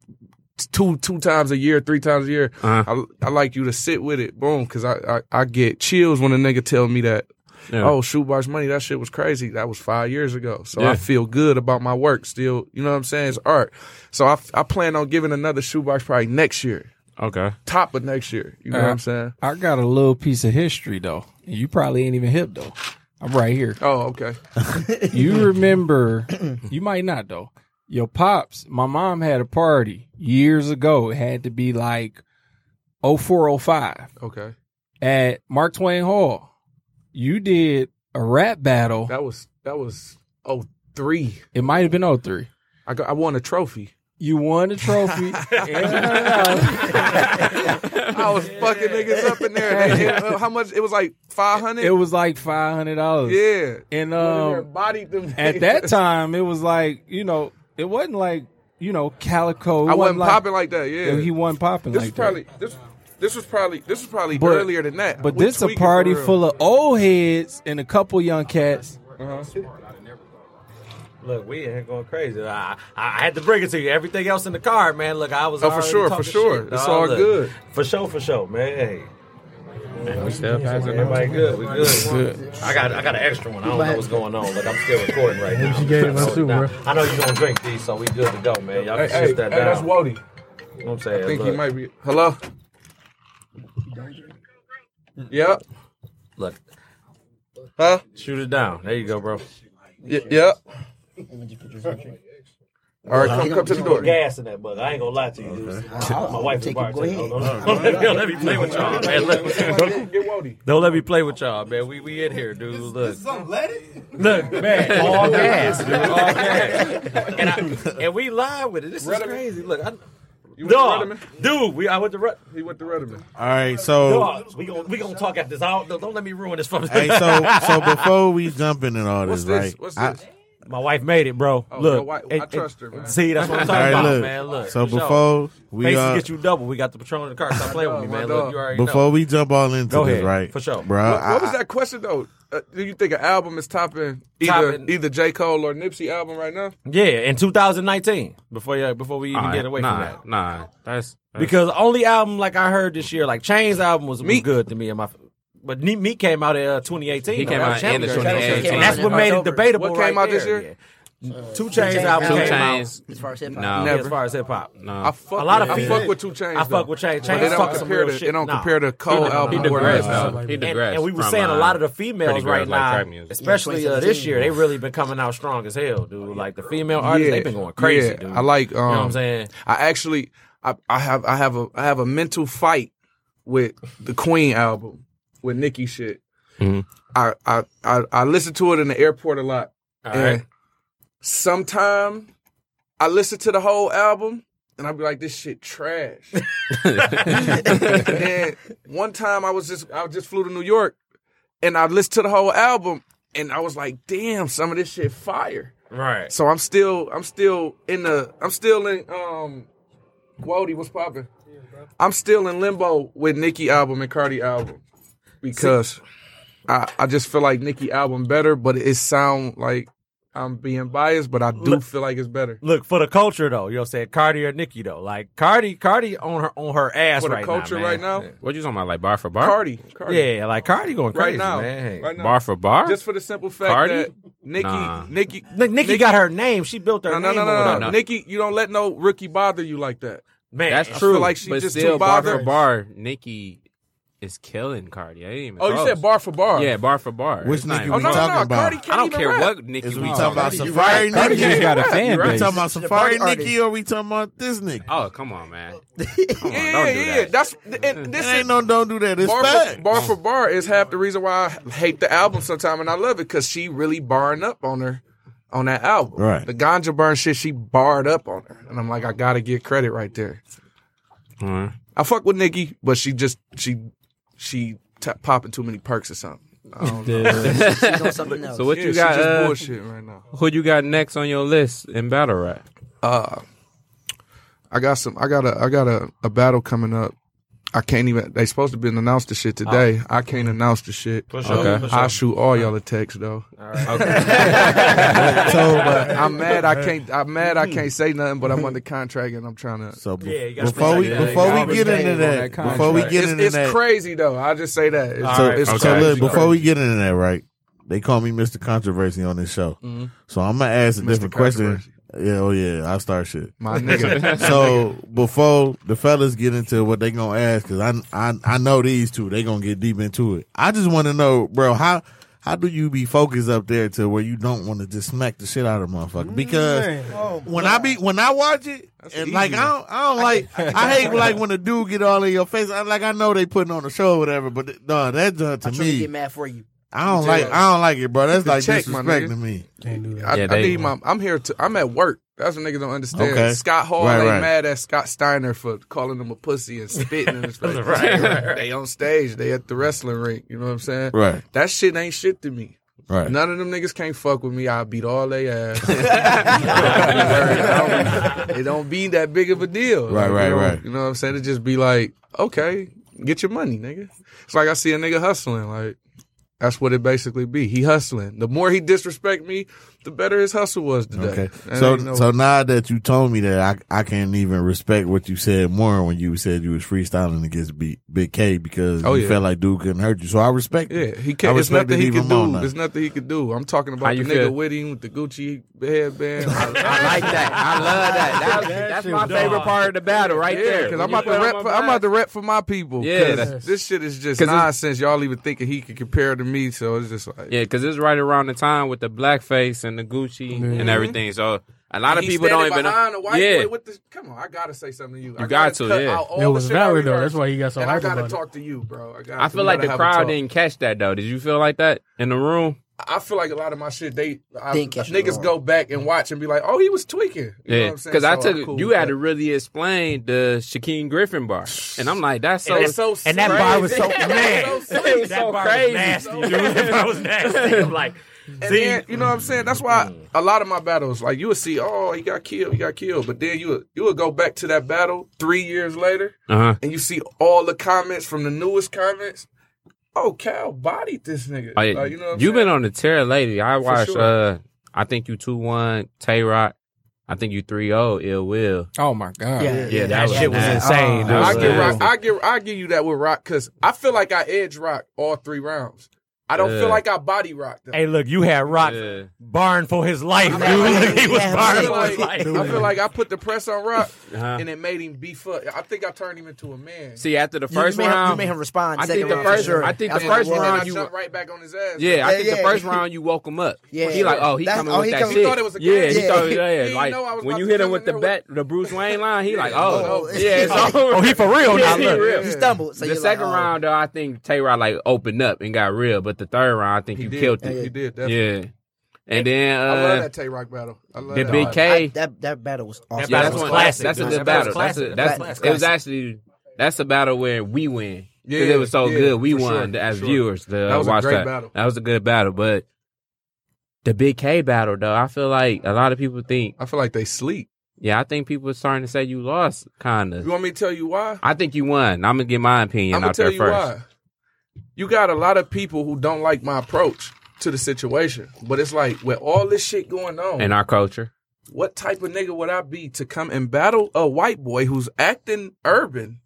I: two two times a year, three times a year. I, I like you to sit with it, boom, because I, I I get chills when a nigga tell me that. Oh, shoebox money, that shit was crazy. That was five years ago. So I feel good about my work still. You know what I'm saying? It's art. So I, I plan on giving another shoebox probably next year,
F: Okay.
I: top of next year. You know what I'm saying?
G: I got a little piece of history though. and You probably ain't even hip though. I'm right here.
I: Oh, okay.
G: You remember? you might not though. Your pops. My mom had a party years ago. It had to be like 0405
I: Okay.
G: at Mark Twain Hall. You did a rap battle.
I: That was, that was, oh, three.
G: It might have been 03.
I: I got, I won a trophy.
G: You won the trophy.
I: I was fucking niggas up in there. They- uh, how much? It was like 500?
G: it was like five hundred dollars.
I: yeah.
G: And
I: Went in there,
G: um,
I: bodied them
G: at
I: niggas.
G: that time, it was like you know, it wasn't like you know calico. It
I: I wasn't
G: like-
I: popping like that. Yeah.
G: He wasn't popping
I: this
G: like
I: was probably, this, this was probably, this was probably
G: But-
I: earlier than that.
G: that. But this a party full of old heads and a couple young cats.
I: Uh-huh.
C: Look, we in here going crazy. I, I, I had to bring it to you. Everything else in the car, man. Look, I was.
I: Oh, for
C: already
I: sure,
C: talking
I: for sure.
C: shit,
I: It's
C: dawg.
I: all
C: Look,
I: good.
C: For sure, for sure, man. Hey. Everybody good. We good. I got I got an extra one. I don't know what's going on. Look, I'm still recording right now.
E: you gave us too, bro.
C: I know you don't drink these, so we good to go, man. Y'all can
I: Hey, hey,
C: shift
I: hey
C: that down.
I: that's Wody.
C: You know what I'm saying.
I: I think
C: look,
I: he might be. Hello? Yep.
C: look,
I: Huh?
C: shoot it down. There you go, bro.
I: Y- yep. All right, come, come to the door.
C: gas in that bug. I ain't gonna lie to you. dudes. My wife is
H: take it. Go
C: bartending.
H: ahead.
C: Don't, don't- don't let me, don't let me play with y'all, man. Look, don't, don't let me play with y'all, man. We we in here, dude. Look, look, man. All gas, dude. All gas. And, I, and we live with it. This is crazy. Look, I, dog, dude. We I went to Rut.
I: He went to Rudderman.
D: All right, so
C: Dog, we gonna we gonna talk after this. I don't, don't- don't let me ruin this for
D: hey, so so before we jump in and all this,
I: What's this?
D: right?
I: What's
D: I-
I: this?
C: My wife made it, bro.
I: Oh,
C: look,
I: my wife-
C: it-
I: I
C: it-
I: trust her, man.
C: See, that's what I'm
D: all
C: talking
D: right,
C: about,
D: look.
C: man. Look,
D: so
C: for sure.
D: before we
C: Faces
D: uh,
C: get you double. We got the Patron in the car. Stop playing with me, man.
I: my
C: Look,
I: dog.
C: you already
D: before
C: know.
D: we jump all into
C: Go
D: this,
C: ahead,
D: right?
C: for sure.
D: bro.
I: What, what was
D: uh, I-
I: that question though? Uh, do you think an album is topping either
C: Topping-
I: either J Cole or Nipsey album right now?
C: Yeah, in 2019, before you, before we even
F: All right.
C: get away
F: nah,
C: from that.
F: Nah, that's, that's
C: Because only album like I heard this year, like Chain's album was, was
I: Meek.
C: good to me. And my, but Ne- Meek came out in uh, 2018.
F: He came
C: though.
F: out in the
C: Champions.
F: 2018.
C: And that's what made it debatable.
I: What came
C: right
I: out this
C: there,
I: year?
C: yeah. Two Chain's
H: Chainz
C: album
H: album.
C: came
H: Two
F: Chainz.
H: As far as hip hop.
F: No.
C: out
I: Never.
C: as far as hip hop.
F: No.
I: I fuck
C: A lot
I: with,
C: of
I: I
C: people-
I: fuck with Two Chains.
C: I fuck with Chainz.
I: They
C: Chainz
I: don't
C: talks some
I: compare
C: real
I: to
C: shit.
I: they don't
C: Nah.
I: compare to Cole
F: He
I: album or
F: digressed.
I: Nipsey album.
F: though. He
E: And-
C: and,
F: digressed.
C: and we were
F: from,
C: saying a
F: uh,
C: lot of the females
F: Pretty Girl
C: right
F: Like
C: now,
F: Trap Music.
C: especially uh, this
H: 2017,
C: year, they really been coming out strong as hell, dude. Like the female artists, they've been going crazy,
I: yeah.
C: dude.
I: I like. Um,
C: you know what I'm saying?
I: I actually, I, I have, I have a, I have a mental fight with the Queen album with Nicki shit.
F: Mhm.
I: I, I, I, I listen to it in the airport a lot. and
C: right.
I: sometime I listen to the whole album and I'll be like, this shit trash. and then one time I was just, I just flew to New York and I listened to the whole album and I was like, damn, some of this shit fire.
C: Right.
I: So I'm still, I'm still in the, I'm still in, um, Wody, what's popping? I'm still in limbo with Nicki album and Cardi album because I, I just feel like Nicki album better, but it sound like I'm being biased, but I do feel like it's better.
C: Look for the culture though. You know, what I'm saying Cardi or Nicki though. Like Cardi, Cardi on her on her ass
I: For the
C: right
I: culture
C: now, man.
I: right now,
F: What you talking about? Like bar for bar?
I: Cardi, Cardi,
C: Yeah, like Cardi going
I: right
C: crazy
I: now,
C: man. Hey.
I: right now,
F: Bar for bar?
I: just for the simple fact
F: Cardi?
I: that Nicki,
F: Nah.
I: Nicki,
C: Nicki, got her name. She built her
I: No, no,
C: name.
I: no,
C: over
I: no,
C: her-
I: no, Nicki, you don't let no rookie bother you like that.
C: Man,
F: That's
I: I
F: true.
I: feel like she
F: but
I: just
F: still,
I: too
F: bar for
I: bothered.
F: bar, Nikki is killing Cardi. I ain't even
I: Oh, you
F: close.
I: said bar for bar.
F: Yeah, bar for bar.
D: Which
F: It's not
D: Nicki
F: even
I: Oh
D: we
I: no,
F: close.
I: no, no,
D: talking about?
I: Cardi can't
F: I don't
I: even
F: care
I: rap.
F: what Nikki
D: is
F: we
D: we
F: talking
D: talking about
F: about.
D: Safari
E: Cardi just
D: Nikki?
E: got a fan
D: We
E: base.
D: talking about Safari
H: artist.
D: Nikki or we talking about this Nikki?
F: Oh, come on, man. Come on,
I: Yeah,
F: don't do
I: yeah,
F: that. Mm.
I: That's and this
D: This
I: is
D: ain't no don't do that. It's
I: bar
D: fact.
I: for, bar for bar is half the reason why I hate the album sometimes, and I love it because she really barring up on her on that album.
D: Right.
I: The ganja burn shit, she barred up on her, and I'm like, I gotta get credit right there.
F: Mhm.
I: I fuck with Nikki, but she just she she t- popping too many perks or something. I don't know.
H: She's on something else.
F: So what
I: Yeah,
F: you
I: she
F: got?
I: just
F: uh,
I: bullshit right now.
F: who you got next on your list in battle rap?
I: Uh, I got some. I got a. I got a, a battle coming up. I I can't even. They supposed to been announced the shit
D: Oh.
I: today. I can't announce the shit.
C: Okay.
I: I shoot all y'all a text though.
D: so, but
I: I'm mad. I can't. I'm mad. I can't say nothing. But I'm under contract and I'm trying to.
D: so be-
C: Yeah, you gotta
D: before we
C: protect that.
D: before
G: Always
D: we get
G: dating
D: into
G: on
D: that,
G: that contract.
D: before we get
I: It's,
D: into
I: it's
D: that,
I: crazy though. I will just say that. It's,
D: So,
I: it's
D: so
I: crazy.
D: look, before we get into that, right? They call me Mr. Controversy on this show, so I'm gonna ask a
I: Mr.
D: different question. Yeah, oh yeah, I start shit.
I: my nigga.
D: So before the fellas get into what they gonna ask, because I, I I know these two, they gonna get deep into it. I just want to know, bro, how how do you be focused up there to where you don't want to just smack the shit out of motherfucker? Because
I: Oh,
D: when I be when I watch it, and like I don't I don't like I hate like when a dude get all in your face. I, like I know they putting on a show or whatever, but th- no, that done to
H: I'm trying to
D: me.
H: get mad for you.
D: I don't like I don't like it, bro. That's like
I: check, my
D: disrespect
I: nigga.
D: to me.
I: I,
F: Yeah,
I: I
F: they-
I: need my. I'm here to. I'm at work. That's what niggas don't understand.
D: Okay.
I: Scott Hall
D: Right,
I: ain't
D: right.
I: mad at Scott Steiner for calling him a pussy and spitting in his face. They on stage. They at the wrestling rink. You know what I'm saying?
D: Right,
I: That shit ain't shit to me.
D: right.
I: None of them niggas can't fuck with me. I beat all they ass. I don't- it don't be that big of a deal.
D: Right,
I: Like,
D: right,
I: you know,
D: right.
I: You know what I'm saying? It just be like, okay, get your money, nigga. It's like I see a nigga hustling. Like that's what it basically be. He hustling. The more he disrespect me, the better his hustle was today.
D: Okay.
I: And
D: So
I: ain't no-
D: so now that you told me that, I I can't even respect what you said more when you said you was freestyling against B, Big K because
I: Oh,
D: you
I: yeah.
D: felt like dude couldn't hurt you. So I respect.
I: yeah,
D: it.
I: he
D: I
I: can't. There's
D: respect
I: nothing
D: it
I: he
D: even
I: can
D: more
I: do.
D: now.
I: There's nothing he can do. I'm talking
F: How
I: about the
F: you
I: nigga
F: feel?
I: with him with the Gucci headband.
F: I like that. I love that. That's, that's my favorite part of the battle right
I: Yeah,
F: there.
I: because I'm about to rep. For, I'm about to rep for my people. 'cause
F: Yeah, that's-
I: this shit is just
F: 'Cause it's-
I: nonsense. Y'all even thinking he could compare to me, so it's just like
F: Yeah, because it's right around the time with the blackface and the Gucci
I: Mm-hmm.
F: and everything. So a lot of
I: He's
F: people don't
I: standing
F: even
I: behind
F: know.
I: a white
F: yeah,
I: boy with this. Come on, I gotta say something to you. I
F: got
I: gotta
F: to,
I: cut
F: yeah.
I: out all
E: It
I: the
E: was
I: shit I
E: valid, though.
I: rehearsed,
E: That's why he got so
I: and I
E: hype
I: gotta
E: about it.
I: talk to you, bro. I, gotta,
F: I feel
I: we
F: like
I: gotta
F: the
I: have a
F: crowd
I: talk.
F: didn't catch that though. Did you feel like that in the room?
I: I feel like a lot of my shit. They I,
H: Didn't catch it
I: niggas
H: wrong.
I: go back and watch and be like, "Oh, he was tweaking." You know what
F: Yeah,
I: I'm saying?
F: because I
I: So I'm
F: took
I: cool
F: you
I: with
F: had
I: that.
F: to really explain the Shaquem Griffin bar, and I'm like, that's so.
I: And it's so
C: And that
I: crazy.
C: bar was so mad.
F: it was so
C: bar
F: crazy.
C: dude. That bar was nasty. I'm like,
I: And then, you know what I'm saying? That's why
F: Mm.
I: a lot of my battles, like you would see, oh, he got killed, he got killed. But then you would, you would go back to that battle three years later,
F: Uh-huh.
I: and you see all the comments from the newest comments. Oh, Cal bodied this nigga.
F: Oh, yeah.
I: Like, you know what
F: You've
I: I'm
F: been
I: saying?
F: on the tear lately. I watched.
I: sure.
F: uh I think you two one Tay Rock. I think you three zero Ill Will.
G: Oh my god.
F: Yeah, that,
C: shit was
F: nasty.
C: insane,
F: That
I: I
F: was
I: give rock,
F: nasty.
I: I give I give you that with Rock because I feel like I edge Rock all three rounds. I don't
F: Yeah.
I: feel like I body Rock. Though.
C: hey, look, you had Rock
F: Yeah.
C: barn for his life, dude.
H: like,
C: he was
H: yeah,
I: I
C: barn
I: feel,
C: for his
I: like,
C: life.
I: I feel like I put the press on Rock
F: Uh-huh.
I: and it made him beef up. I think I turned him into a man.
F: See, after the
H: You-
F: first
H: you, made him, you
F: round,
H: made him respond.
F: I
H: second
F: think the
H: round,
F: first-
H: sure.
F: I think the
H: That's
I: And
H: what
F: first
H: it
I: then
H: was.
I: I
F: round you-
I: jumped right back on his ass.
F: yeah, I
H: Yeah,
F: think the
H: yeah.
F: first round you woke him up.
H: Yeah.
F: he like, oh, he
H: That's-
F: coming
H: oh,
F: with
H: he
F: that
H: coming-
F: shit.
H: He
I: thought it was a
F: yeah,
I: game.
F: he
H: Yeah.
F: thought, yeah,
I: didn't
F: like
I: know I was
F: when
I: about
F: you
I: to
F: hit him
I: come
F: with
I: in
F: the
I: there
F: bat, the Bruce Wayne line, he like, oh,
H: Oh,
F: yeah, it's
H: oh,
F: over.
C: Oh, he for real now.
F: he
C: Look.
F: real.
H: He stumbled. So
F: the
H: you're
F: second
H: like, oh.
F: round, though, I think Tayrod like opened up and got real, but the third round, I think you
I: did.
F: killed
I: He
F: him.
I: did.
F: Yeah,
I: Definitely.
F: and then
I: I love
F: uh,
I: that Tay Rock battle. I love
F: the
I: that.
F: Big K.
H: I- that that battle was awesome.
F: yeah,
C: battle
F: that's
C: was
F: one.
C: classic,
F: That's a
C: dude.
F: good
C: That battle
F: battle.
C: was
F: That's
C: classic.
F: a, that's
H: That battle was
F: it was
H: classic.
F: actually that's a battle where we win.
I: Yeah,
F: Yeah, it was so
I: yeah,
F: good. We
I: for sure,
F: won
I: for
F: as
I: sure.
F: viewers to uh,
I: That was a
F: watch
I: great
F: that.
I: battle.
F: That was a good battle, but the Big K battle though, I feel like a lot of people think.
I: I feel like they sleep.
F: Yeah, I think people are starting to say you lost, kinda.
I: You want me to tell you why?
F: I think you won. I'm gonna get my opinion
I: I'm gonna
F: out
I: tell
F: there
I: you
F: first.
I: why. You got a lot of people who don't like my approach to the situation, but it's like with all this shit going on,
F: In our culture,
I: what type of nigga would I be to come and battle a white boy who's acting urban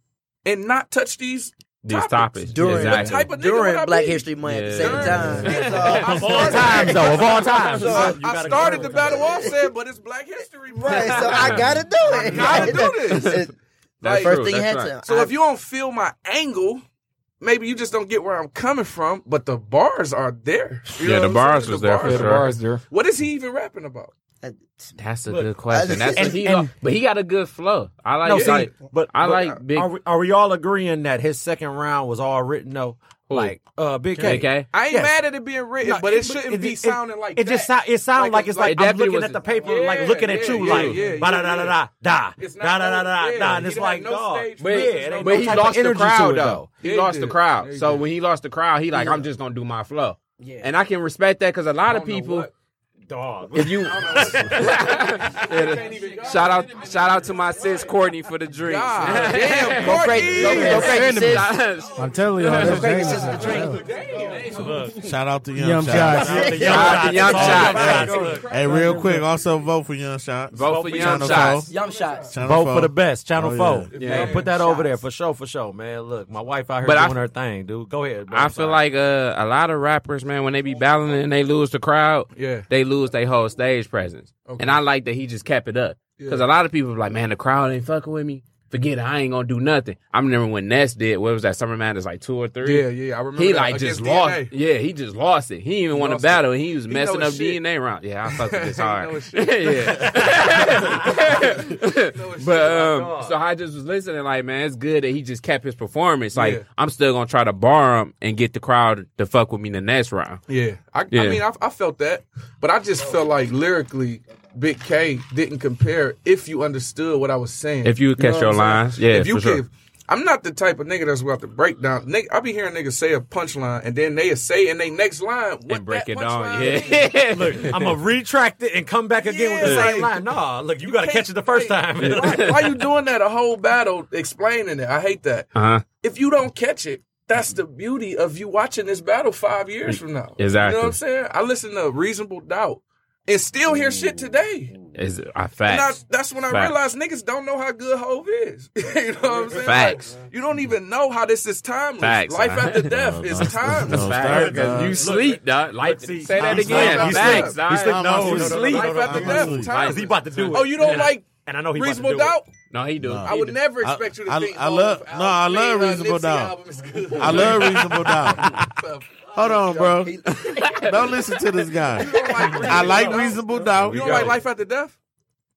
I: and not touch these?
F: these
I: Topics.
F: topics.
H: During-
F: exactly.
I: What type of nigga would I
H: during Black
I: be?
H: History Month at the
F: Yeah.
H: same
I: During-
H: time. That's all.
I: I
C: Of all
I: started-
C: times, though. Of all times.
I: I,
H: You
I: I started the battle offset, but it's Black History Month.
H: Right, so I gotta do it.
I: gotta do this.
F: That's
H: first
F: true,
H: thing he
F: that's
H: had
F: right.
H: to.
I: So
H: I-
I: if you don't feel my angle, maybe you just don't get where I'm coming from. But the bars are there. You know
F: Yeah, the
I: what I'm
F: bars
I: saying?
F: was there for
I: bars
F: sure.
I: are-
G: Bars there.
I: What is he even rapping about?
H: uh,
F: That's a good question.
H: just-
F: That's
H: and-
F: what he,
C: and-
F: but he got a good flow. I like.
C: No,
F: it.
C: see,
F: like
C: but
F: I
C: but
I: uh,
F: like Big
C: Are we, are we all agreeing that his second round was all written though?
F: Who?
C: Like uh, Big K.
F: Big K?
I: I ain't
C: Yes.
I: mad at it being written,
C: No,
I: but it shouldn't be
C: it-
I: sounding like
C: it
I: that.
C: just sound, it sound
I: Like,
C: like it's
I: like,
C: like,
F: it
C: I'm
F: definitely
C: looking
F: was-
C: at the paper,
I: Yeah,
C: like looking at
I: yeah,
C: you,
I: yeah,
C: like
I: yeah, yeah,
C: da da da da da da
I: It's not
C: da da da
I: no-
C: da
I: yeah,
C: da, and
I: he
C: it's
I: didn't
C: like
I: have no
C: dog.
I: stage
F: But,
I: presence,
C: yeah,
I: no
C: it ain't
F: but
C: no type
F: he
I: type
C: of
F: lost the
C: energy to
F: crowd
C: it,
F: though. He
I: Yeah, he
F: lost the
I: did.
F: crowd.
I: Yeah, he
F: so
I: did.
F: when he lost the crowd, he like, I'm just gonna do my flow.
H: Yeah.
F: And I can respect that because a lot
I: I
F: of
I: don't know
F: people
I: what.
C: dog.
K: If you shout out, shout out to my sis Courtney for the drinks.
I: God damn,
K: go crazy, go,
I: Courtney!
K: go crazy, sis.
E: I'm telling y'all,
K: Go
E: this
K: crazy,
E: game
K: sis, for
E: is
K: the drink.
D: Shout out to Young,
E: Young
D: Shots.
E: Shots.
K: Shout out to Young Shots.
D: Hey, real quick, also vote for Young Shots.
K: Vote for Young
D: Channel
K: Shots.
H: Yum shots.
D: Channel
C: Vote
D: four.
C: for the best, Channel Four.
D: Oh, yeah.
K: Yeah.
C: Put that over there for sure, for sure, man. Look, my wife out here
K: But I-
C: doing her thing, dude. Go ahead. bro.
F: I
C: I'm
F: feel
C: sorry.
F: like uh, a lot of rappers, man, when they be battling and they lose the crowd,
I: Yeah.
F: they lose their whole stage presence. And I like that he just kept it up because a lot of people be like, man, the crowd ain't fucking with me. Forget it, I ain't gonna do nothing. I remember when Ness did what was that Summer Madness like two or three.
I: Yeah, yeah, I remember.
F: He
I: that.
F: like
I: Against
F: just lost.
I: DNA.
F: Yeah, he just lost it. He didn't even want to
I: lost it.
F: battle, and he was
I: He
F: messing
I: know
F: up
I: his shit.
F: DNA round. Yeah, I fuck with this
I: He know
F: hard.
I: his
F: yeah.
I: his
F: but
I: shit,
F: um, so I just was listening, like, man, it's good that he just kept his performance. Like,
I: Yeah.
F: I'm still gonna try to bar him and get the crowd to fuck with me the next round.
I: Yeah. I, I
F: Yeah.
I: mean, I, I felt that, but I just felt like lyrically, Big K didn't compare if you understood what I was saying.
F: If you would catch
I: know
F: your
I: what I'm
F: lines,
I: saying?
F: yeah,
I: If you
F: for sure.
I: give, I'm not the type of nigga that's about to break down. Nigga, I be hearing niggas say a punchline and then they say in their next line what
F: and break
I: that
F: it down.
I: punchline
F: Yeah.
I: is.
C: Look, I'm gonna retract it and come back again with the
I: Yeah.
C: same line. Nah, look, you, gotta
I: can't-
C: catch it the first time.
I: Why, why you doing that a whole battle explaining it? I hate that.
F: Uh-huh.
I: If you don't catch it, that's the beauty of you watching this battle five years from now. You
F: Exactly.
I: know what I'm saying? I listen to Reasonable Doubt and still hear shit today.
F: Is I
I: And I,
F: facts.
I: that's when I
F: Facts.
I: realized niggas don't know how good Hove is. you know what I'm saying?
F: Facts.
I: Like, you don't even know how this is timeless.
F: Facts,
I: Life
F: man.
I: after death is timeless.
D: No.
F: Facts.
D: Facts.
F: You sleep, dog. Like, say that
D: I'm
F: again.
I: sleep.
F: Facts.
I: I'm
D: sleep.
F: dog.
D: No,
F: You
D: no, no, no,
F: sleep.
D: no,
I: Life
D: no, no.
I: after
D: I'm
I: death,
D: asleep.
I: timeless.
C: he about to do it.
I: Oh, you don't
C: And I-
I: like
C: and I know he about to
I: Reasonable
C: do it.
I: Doubt?
F: No, he do.
I: I would never expect you to
D: I-
I: think.
D: I
I: oh,
D: love-
I: Al
D: no, I love
I: Green, uh,
D: Reasonable
I: Nipsey
D: Doubt.
I: album is good.
D: I love reasonable doubt. Hold on, bro. Don't listen to this guy. I like reasonable doubt.
I: You don't like life after death?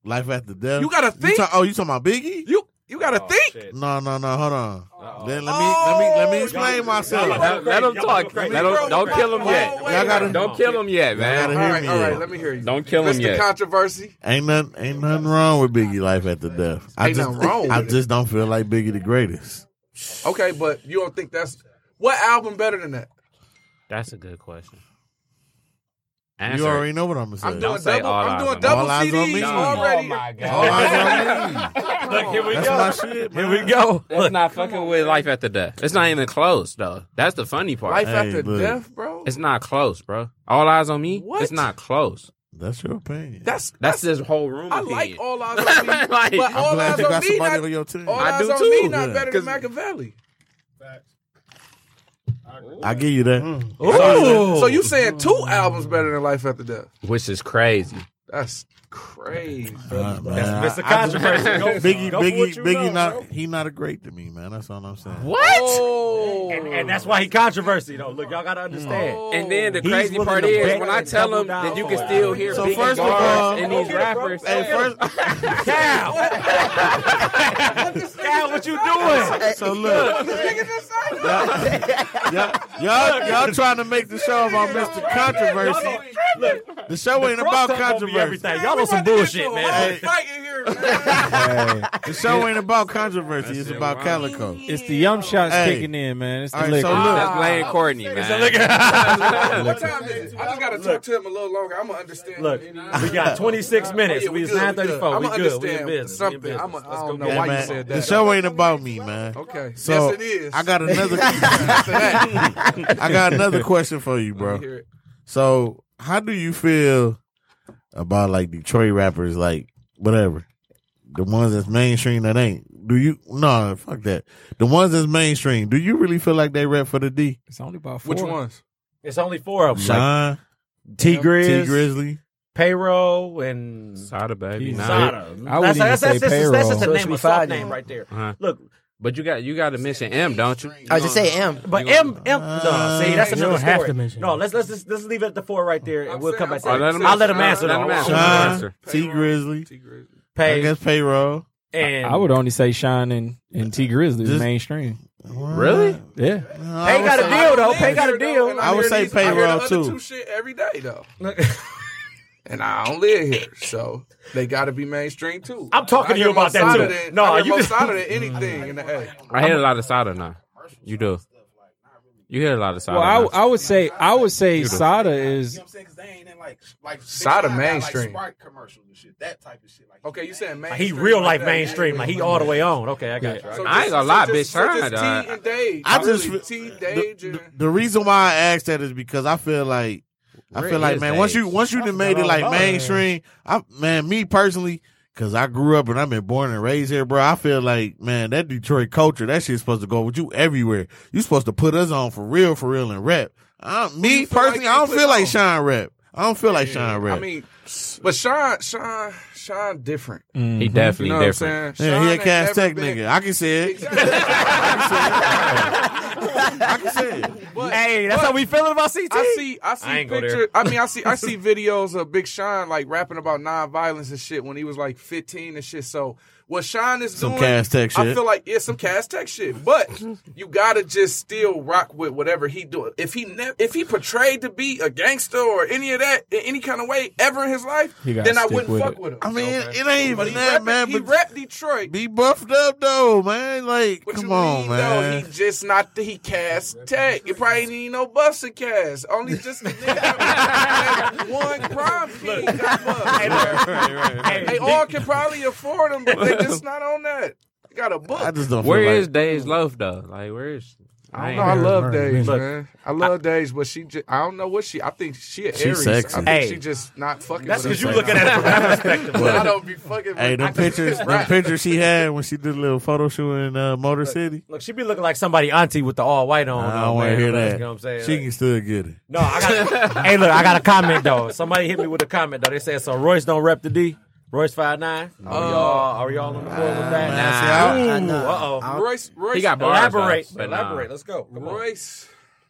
D: Life after death.
I: You gotta think.
D: talk- oh, you talking about Biggie?
I: You you gotta
F: Oh,
D: Oh,
I: think.
D: No, no, no. Hold on. Then let me let me let me explain myself. Y'all
F: Let him talk. Let him, don't kill him yet.
I: Y'all
D: gotta
F: Don't kill him yet,
D: gotta
F: man.
I: All
D: hear
I: right,
D: me.
I: all right.
D: out.
I: Let me hear you.
F: Don't kill him
I: Mr.
F: yet.
I: Controversy.
D: Ain't nothing, ain't nothing wrong with Biggie life after death. I
I: Ain't
D: just,
I: nothing wrong with
D: I
I: it.
D: just don't feel like Biggie the greatest.
I: Okay, but you don't think that's what album better than that?
F: That's a good question.
D: You
F: Answer.
D: already know what I'm gonna say.
I: I'm doing
F: say
I: double.
F: all
I: I'm
F: eyes
I: doing
F: on
I: double
D: me. All eyes on
I: CDs
D: me.
I: already.
D: All eyes on me.
C: Look, here we
D: That's
C: go.
D: my shit.
C: Here we go.
F: That's not fucking with life after death. It's not even close, though. That's the funny part.
I: Life
D: Hey,
I: after
D: look.
I: death, bro.
F: It's not close, bro. All eyes on me.
I: What?
F: It's not close.
D: That's your opinion.
I: That's
F: That's this whole room.
I: I
F: opinion.
I: like all eyes on me,
F: Like,
I: but
F: I'm
I: all
D: I'm glad
I: eyes
D: you
I: on
D: got
I: me
D: somebody on
I: not.
D: your team.
I: All
F: I
I: eyes
F: do
I: on me
F: too.
I: not
D: Yeah.
I: better than Machiavelli.
D: I give you that. Oh.
C: Ooh.
I: So you saying two albums better than Life After Death?
F: which is crazy.
I: That's crazy.
D: Uh, man,
C: That's Mr.
D: I- I just-
C: Controversy. Go-
D: Biggie,
C: go for what
D: Biggie,
C: you
D: Biggie,
C: know,
D: not
C: bro.
D: he not a great to me, man. That's all I'm saying.
F: What?
I: Oh,
C: And that's why he controversy though. Look, y'all gotta understand.
F: Oh.
K: And then the
D: He's
K: crazy
D: willing
K: part
D: to
K: is
D: bet
K: when I
C: and
K: tell
C: double
K: them that
C: down
K: you
C: for
K: can
C: it.
K: still hear
D: So
K: big
D: first of all-
K: bars and these
C: Okay, bro.
K: rappers.
D: Hey, first,
C: Cal, Cal, what you doing?
D: so look, y'all, y'all, y'all trying to make the show about Mr. Controversy. The show ain't
C: Crossover
D: about
C: gonna be
D: controversy.
C: Everything. Y'all on some bullshit, man.
I: Fight in here.
D: The show ain't about controversy. It's about calico.
G: It's the yum shots
D: Hey.
G: kicking in, man. It's the
D: All right,
G: liquor.
D: so
F: That's
D: look,
F: Lane Courtney, man.
I: What time is it? I just gotta talk to him a little longer. I'm gonna understand.
C: Look, we got 26 minutes.
I: Yeah,
C: we it's
I: good,
C: 9:34.
I: I'm
C: We
I: gonna
C: good. We in
I: understand
C: business.
I: Something.
C: We in
I: I'm a,
C: business.
I: I don't know
D: hey,
I: why you
D: man,
I: said
D: the
I: that.
D: show ain't about me, man.
I: okay.
D: So
I: yes, it is.
D: I got another.
I: After that,
D: I got another question for you, bro.
I: hear it.
D: So, how do you feel about like Detroit rappers, like whatever, the ones that's mainstream that ain't? Do you no fuck that? The ones that's mainstream, do you really feel like they rap for the D?
G: It's only about four.
I: Which ones?
C: It's only four of them. Like
D: Sean,
C: T
D: T
C: Grizz,
D: Grizzly,
C: Payroll, and
F: Sada, baby.
G: He's
F: Nah.
C: Sada.
G: I wouldn't even
C: that's,
G: say
C: that's, that's, just- that's just a
G: Payroll.
C: name, a soft
H: Five.
C: name right there.
F: Uh-huh.
C: Look,
F: But you got you got to mention M, don't you?
H: I just say M.
C: But M, M, no, see, that's
E: Uh, you
C: another
E: don't have
C: story.
E: to mention
C: No,
E: it.
C: let's let's just, let's leave it at the four right there, and
I: I'm
C: we'll
I: saying-
C: come
I: I'm
C: back. to
I: saying-
C: it.
F: let him
C: I'll let him
F: answer.
C: answer.
F: Let him
C: though.
F: answer.
E: Uh-huh.
C: Sean,
D: Sean, T Grizzly, I
C: Pay,
D: guess payroll.
C: and
G: I would only say Shine and, and T Grizzly
D: Just-
G: mainstream.
F: Really?
G: Yeah.
C: Pay got a deal though. Oh, Pay got a deal.
I: And
D: I would
I: hear
D: say
I: these- I hear the
D: payroll,
I: other
D: too.
I: Two shit every day though. And I don't live here, so they got to be mainstream too.
C: I'm talking
I: I
C: to you
I: hear
C: about that,
I: Mosada
C: too.
I: Than,
C: No,
I: I hear
C: you-
I: Mosada than anything in the A.
F: I hear a lot of Sada now. You do. You hear a lot of Sada.
G: Well, I,
F: now.
G: I would say I would say
F: Beautiful.
G: Sada is
L: Like
I: Side of
L: they got, like,
I: mainstream.
L: Sprite commercials and shit, that type of shit. Like,
I: Okay, you saying
C: Like,
I: mainstream?
C: he real life
I: that.
C: mainstream. Like he all the way on. Okay, I got you.
F: I ain't gonna lie, bitch.
I: So just
F: Shine,
I: T
F: dog.
I: and Dave.
D: I just
I: really,
D: feel-
I: T
D: the,
I: Dave. and-
D: the- the reason why I asked that is because I feel like I
F: Rick
D: feel like
F: is
D: man, once
F: Dave.
D: you once you done made it
E: all
D: like
E: about
D: mainstream, I man, me personally, because I grew up and I've been born and raised here, bro. I feel like man, that Detroit culture, that shit's supposed to go with you everywhere. You supposed to put us on for real, for real, and rap. I, me
I: you feel like
D: personally,
I: you
D: I don't
I: put
D: feel like
I: on?
D: Sean rap. I don't feel like Sean rap.
I: I mean, but Sean, Sean, Sean, different.
F: He
I: You
F: definitely
I: know what I'm
F: different.
I: saying?
D: yeah,
I: Sean
D: he a
I: ain't
D: cast
I: never
D: tech
I: been-
D: nigga. I can say it. I can say it.
C: Hey, that's how we feeling about CT.
I: I see, I see
C: I ain't go there.
I: pictures. I mean, I see, I see videos of Big Sean like rapping about nonviolence and shit when he was like 15 and shit. So what Sean is
D: Some
I: doing,
D: Cas Tech
I: I
D: shit.
I: feel like yeah, some Cas Tech shit. But you gotta just still rock with whatever he doing. If he ne- if he portrayed to be a gangster or any of that in any kind of way ever in his life,
G: gotta
I: then I
G: stick
I: wouldn't
G: with
I: fuck
G: it.
I: with him.
D: I mean,
I: Okay.
D: it ain't even
I: But he
D: that,
I: rap,
D: man.
I: he
D: but
I: rap Detroit.
D: be buffed up though, man. Like,
I: What
D: come
I: you
D: on,
I: mean,
D: man.
I: Though? He just not he cast tech. It probably ain't even no buster cast. Only just the nigga that was- one crime king got bust. They all can probably afford them, but they just not on that. They got a book.
D: I
I: I,
D: just don't.
F: Where
D: feel
F: is
D: like,
F: Dave's loaf though? Like, where is? I
I: don't
F: ain't
I: know. I
F: heard.
I: love Days,
E: Look,
I: man. I love Days, but she just, I don't know what she. I think she an
D: She
I: Aries.
D: sexy.
I: I think
C: Hey.
I: she just not fucking.
C: That's
I: because
C: because you looking at it from that perspective.
I: I don't be fucking.
D: Hey,
I: with
D: them pictures, them
I: Right.
D: pictures she had when she did a little photo shoot in uh, Motor City.
C: Look, she be looking like somebody auntie with the all white on.
D: I
C: though,
D: don't want to
C: man.
D: hear
C: That's-
D: that.
C: You know what I'm saying?
D: She
C: Like-
D: can still get it.
C: No, I got. hey, look, I got a comment though. Somebody hit me with a comment though. They said so. Royce don't rep the D. Royce five nine. Are Oh, y'all Uh, are y'all on the board with that?
D: Nah,
C: Ooh,
H: nah.
C: uh oh.
I: Royce, Royce,
F: He got bars. though,
C: Elaborate,
F: but nah.
C: elaborate. Let's go. Come on.
I: Royce.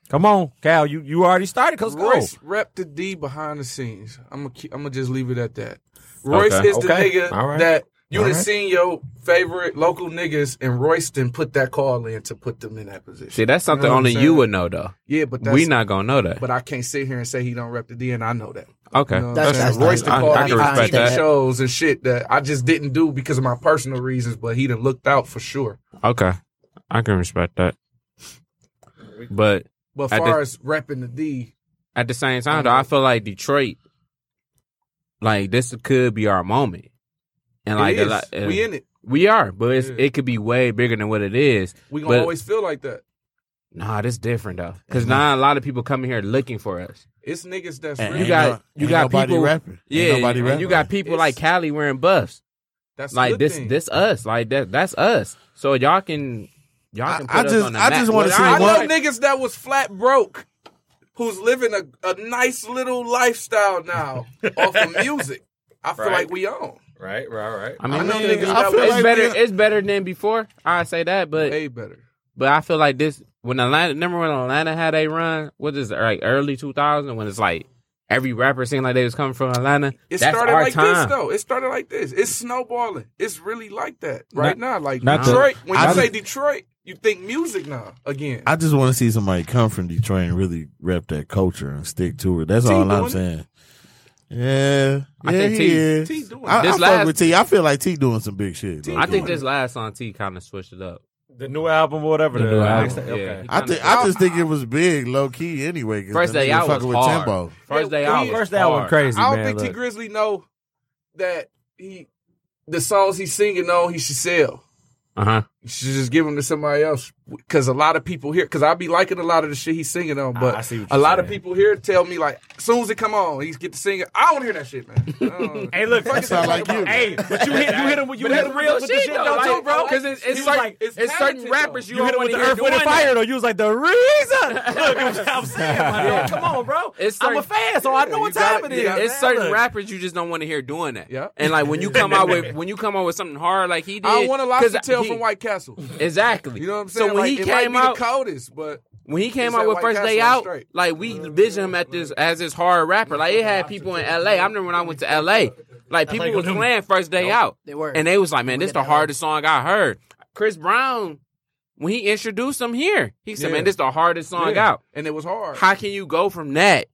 C: Come on, Cal. You you already started. Let's go.
I: Royce rep the D behind the scenes. I'm gonna I'm gonna just leave it at that. Royce is the
C: Okay.
I: nigga
C: All right.
I: that you
C: All
I: done
C: right.
I: seen your favorite local niggas and Royston put that call in to put them in that position.
F: See, that's something
I: You know what
F: only
I: I'm
F: you
I: saying?
F: would know though.
I: Yeah, but that's,
F: we not gonna know that.
I: But I can't sit here and say he don't rep the D, and I know that.
F: Okay,
I: You know what
H: That's-
I: I'm saying?
H: that's-
I: Royston
H: I-
I: called
H: I can
I: me on
H: respect
I: TV
H: that.
I: shows and shit that I just didn't do because of my personal reasons, but he done looked out for sure.
F: okay, I can respect that. But
I: But
F: I
I: far
F: did-
I: as repping the D,
F: at the same time, though,
I: Um,
F: I feel like Detroit, like this could be our moment, and like
I: it is.
F: a lot- uh,
I: we in it.
F: we are, but it's,
I: Yeah.
F: it could be way bigger than what it is.
I: We gonna
F: But-
I: always feel like that.
F: Nah, this different though, because now a lot of people coming here looking for us.
I: It's niggas that's
D: And
I: real.
F: you got-
D: no-
F: you
D: ain't
F: got
D: nobody
F: people-
D: rapping.
F: Yeah,
D: ain't nobody
F: and
D: rapping.
F: you got people like
I: It's-
F: Cali wearing buffs.
I: that's a
F: like
I: good
F: this
I: thing.
F: this us like that that's us so y'all can y'all can put
D: I- I
F: us
D: just-
F: on the
D: I
F: map.
D: just wanna
F: Well,
D: see
F: I
I: I
F: know
D: one-
I: know niggas that was flat broke who's living a, a nice little lifestyle now off of music. I feel
C: Right.
I: like we on.
C: Right, right, right.
F: I mean,
I: I know
F: it's-
I: niggas that
F: it's
I: was-
F: better. It's better than before. I say that, but
I: Way better.
F: but I feel like this when Atlanta. Remember when Atlanta had a run? What is it, like early two thousand when it's like every rapper seemed like they was coming from Atlanta.
I: It
F: That's
I: started
F: our
I: like this
F: time.
I: though. It started like this. It's snowballing. It's really like that right now. Like
G: not the-
I: Detroit. when you
G: not
I: say
G: the-
I: Detroit, you think music now again.
D: I just want to see somebody come from Detroit and really rep that culture and stick to it. That's
I: T
D: all I'm
I: doing it.
D: saying. Yeah,
F: I
D: yeah,
F: think
D: he
F: T-
D: is.
I: T doing it.
D: I, I
F: This
D: fuck
F: last-
D: with T. I feel like T doing some big shit. bro.
F: I think this last song T kind of switched it up.
C: The new album, or whatever. The
F: new album,
C: next-
F: yeah.
C: Okay.
D: I think I just think it was big, low key anyway. 'cause
F: First
D: them
F: day
D: niggas
F: out was
D: fucking with
F: hard.
D: Timbo.
F: First day
I: Yeah,
F: out,
I: we-
F: was
C: First album,
F: hard.
C: crazy.
I: I don't
C: man,
I: think T
C: look.
I: Grizzly know that he the songs he's singing on he should sell.
F: Uh huh.
I: You should just give them to somebody else because a lot of people here because I be liking a lot of the shit he's singing on, but
C: I see what
I: a
C: you're
I: lot of
C: saying.
I: people here tell me like, as soon as it come on, he's get to singing. I don't hear that shit, man. I don't-
C: Hey, look,
D: That sound like you.
C: Hey, but you hit you hit him with you hit him real with the shit though, too, bro.
F: Because it's,
I: He
F: it's,
I: was
F: certain-
I: like,
F: it's,
I: it's
F: certain
I: talented,
F: rappers you,
C: You hit
F: don't
C: him
F: want
C: with
F: to
C: the
F: hear
C: earth, wind,
F: doing
C: and
F: that.
C: fire, though. You was like, the reason. Look, you know what I'm saying, my dog. Come on, bro.
F: It's
C: I'm a
F: certain-
C: fan, so I know what time
I: gotta-
C: it is.
I: yeah,
F: It's
C: man.
F: certain
C: Look.
F: rappers you just don't want to hear doing that.
I: Yeah.
F: And like when you come out with when you come out with something hard like he did.
I: I don't want a lot
F: 'cause
I: to tell
F: he-
I: from White Castle.
F: Exactly.
I: You know what I'm saying?
F: So when
I: Like,
F: he
I: it might
F: came
I: be
F: out,
I: the coldest, but
F: when he came
I: He
F: out
I: said
F: with
I: White
F: first
I: Castle
F: day
I: on
F: out,
I: straight.
F: like we envisioned him at this as this hard rapper. Like it had people in L.A. I remember when I went to L.A. Like people was playing first day out,
H: They were.
F: and they was like, "Man, this the
H: get that
F: hardest song I heard." Chris Brown, when he introduced him here, he said,
I: Yeah.
F: "Man, this the hardest song
I: Yeah.
F: out."
I: and it was hard.
F: How can you go from that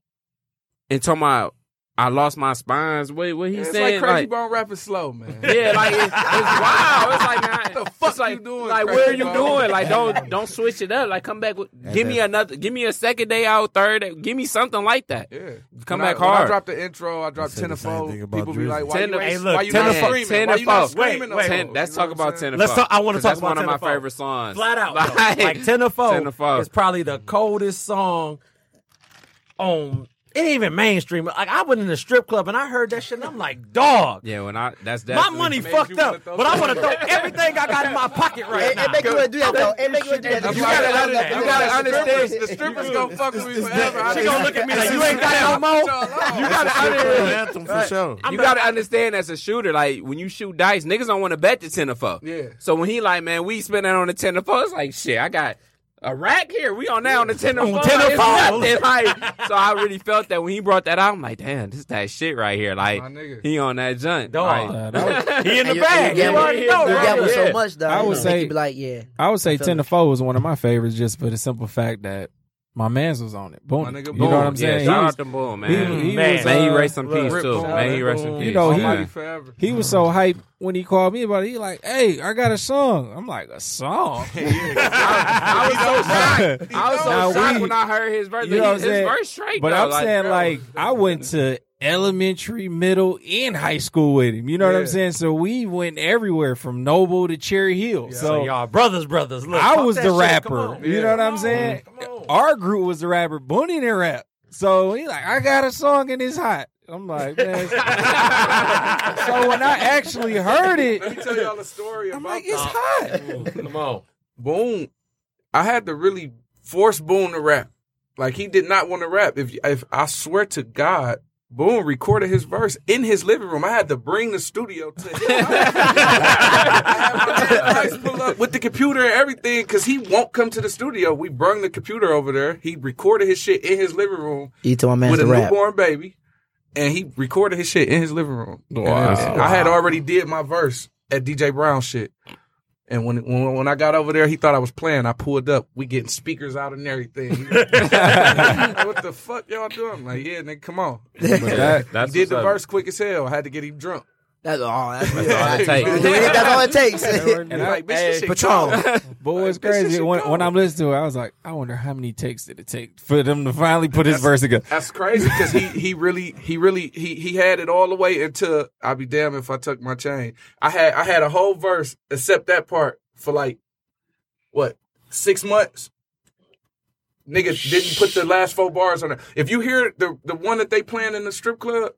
F: and talking about I lost my spines? Wait, what he
I: it's
F: saying?
I: like Crazy Bone rapping slow, man.
F: Yeah, like it's, it's wild. It's like man,
I: the fuck
F: it's like,
K: you doing,
F: like where are you
K: Craig?
F: doing? Like don't don't switch it up. Like come back with give me another give me a second day out, third day, give me something like that.
I: Yeah.
F: Come
I: When I-
F: back
I: when I
F: hard.
I: dropped the intro. I dropped ten People be like, why
F: Ten
I: you
F: hey,
I: ain't-
F: look,
I: why you
F: ten
I: not
F: to four.
I: screaming?
F: Ten
I: Why
F: to
I: you not
F: four.
I: screaming? though?
F: Ten- Let's talk about ten to
C: Let's
F: four.
C: talk- I wanna
F: 'Cause
C: talk
F: that's
C: about
F: one of
C: 10
F: my
C: to four.
F: favorite songs.
C: Flat out. though.
F: Like,
C: Like 10 to 4.
F: 10 to 4.
C: It's probably the coldest song on it ain't even mainstream. Like I went in a strip club and I heard that shit and I'm like, dog.
F: Yeah, when I that's
C: My
F: definitely-
C: money fucked up, but I want to throw everything I got in my pocket right
H: It,
C: now.
H: it make you wanna do that though. It make you wanna do that.
I: That's
H: You
I: why
H: gotta
I: I
H: love
I: do
H: that.
I: that.
H: You
I: You
H: gotta
I: gotta
H: love that.
I: understand- The strippers gonna fuck with me forever.
C: She gonna look at me like you ain't got it no more.
F: You gotta
D: anthem for sure.
F: you gotta understand as a shooter, like when you shoot dice, niggas don't want to bet the ten to four.
I: Yeah.
F: So when he like, man, we spending on the ten to four, it's like shit. I got a rack here. We on now on the ten to
C: On
F: four. Like,
C: 10 to
F: it's
C: four.
F: nothing. Like, so I really felt that when he brought that out, I'm like, damn, this is that shit right here. Like
I: My nigga.
F: he on that junk.
C: Dog. He in
F: Like,
C: the
H: And you- and
C: bag. You
H: You
C: already know.
H: gamble- you gamble
C: right?
H: so
C: Yeah.
H: much though.
G: I
H: you
G: would
H: know,
G: say-
H: you be like, yeah.
G: I would say
H: feel
G: ten
H: it.
G: to four was one of my favorites, just for the simple fact that my man's was on it. Boom,
I: My nigga
G: you know
F: Boom.
G: what I'm
F: Yeah,
G: saying?
F: shout
G: he,
F: out to Boom, man.
G: he- he
C: Man.
G: was,
F: May he
G: uh,
F: rest in peace
I: Rip
F: too.
I: Boom.
F: May he rest in
C: You
F: peace.
G: know, he-
F: yeah.
I: forever.
G: he was so hype when he called me about it. He like, hey, I got a song. I'm like, a song?
F: I was so shocked. I was so
G: Now
F: shocked
G: we-
F: when I heard his verse.
G: you know what I'm
F: his
G: saying?
F: verse straight.
G: But
F: though,
G: I'm saying,
F: bro.
G: like, I went to elementary, middle, and high school with him. You know what I'm
I: Yeah.
G: saying? So we went everywhere from Noble to Cherry Hill. So,
C: So y'all brothers, brothers. Look,
G: I
C: talk
G: was
C: that
G: the
C: shit. Come
G: rapper.
C: on.
G: You know what I'm saying? Our group was the rapper. Booney didn't rap. So he like, I got a song and it's hot. I'm like, man. so when I actually heard
I: Let me
G: it,
I: tell y'all a story
G: I'm
I: about
G: like,
I: that.
G: it's hot.
C: Come on.
I: Boone, I had to really force Boone to rap. Like he did not want to rap. If if I swear to God, Boone recorded his verse in his living room. I had to bring the studio to his house. I had my man Price pull up with the computer and everything because he won't come to the studio. We brung the computer over there. He recorded his shit in his living room
H: You told my man
I: with
H: to
I: a
H: rap.
I: newborn baby, and he recorded his shit in his living room. And I had already did my verse at DJ Brown shit. And when, when when I got over there, he thought I was playing. I pulled up. We getting speakers out and everything. what the fuck y'all doing? I'm like, yeah, nigga, come on.
F: That's
I: he did
F: what's
I: the
F: up.
I: verse quick as hell. I had to get him drunk.
H: That's all. That's
F: all it takes.
H: That's all it takes.
I: And like, bitch, this shit
H: Patron.
I: cold.
G: But what's
I: Like, this shit
G: crazy,
I: should
G: when,
I: go.
G: when I'm listening to it, I was like, I wonder how many takes did it take for them to finally put his verse together.
I: That's crazy because he he really he really he he had it all the way until I'll be damned if I tuck my chain. I had I had a whole verse except that part for like what six months. Nigga didn't put the last four bars on there. If you hear the the one that they playing in the strip club,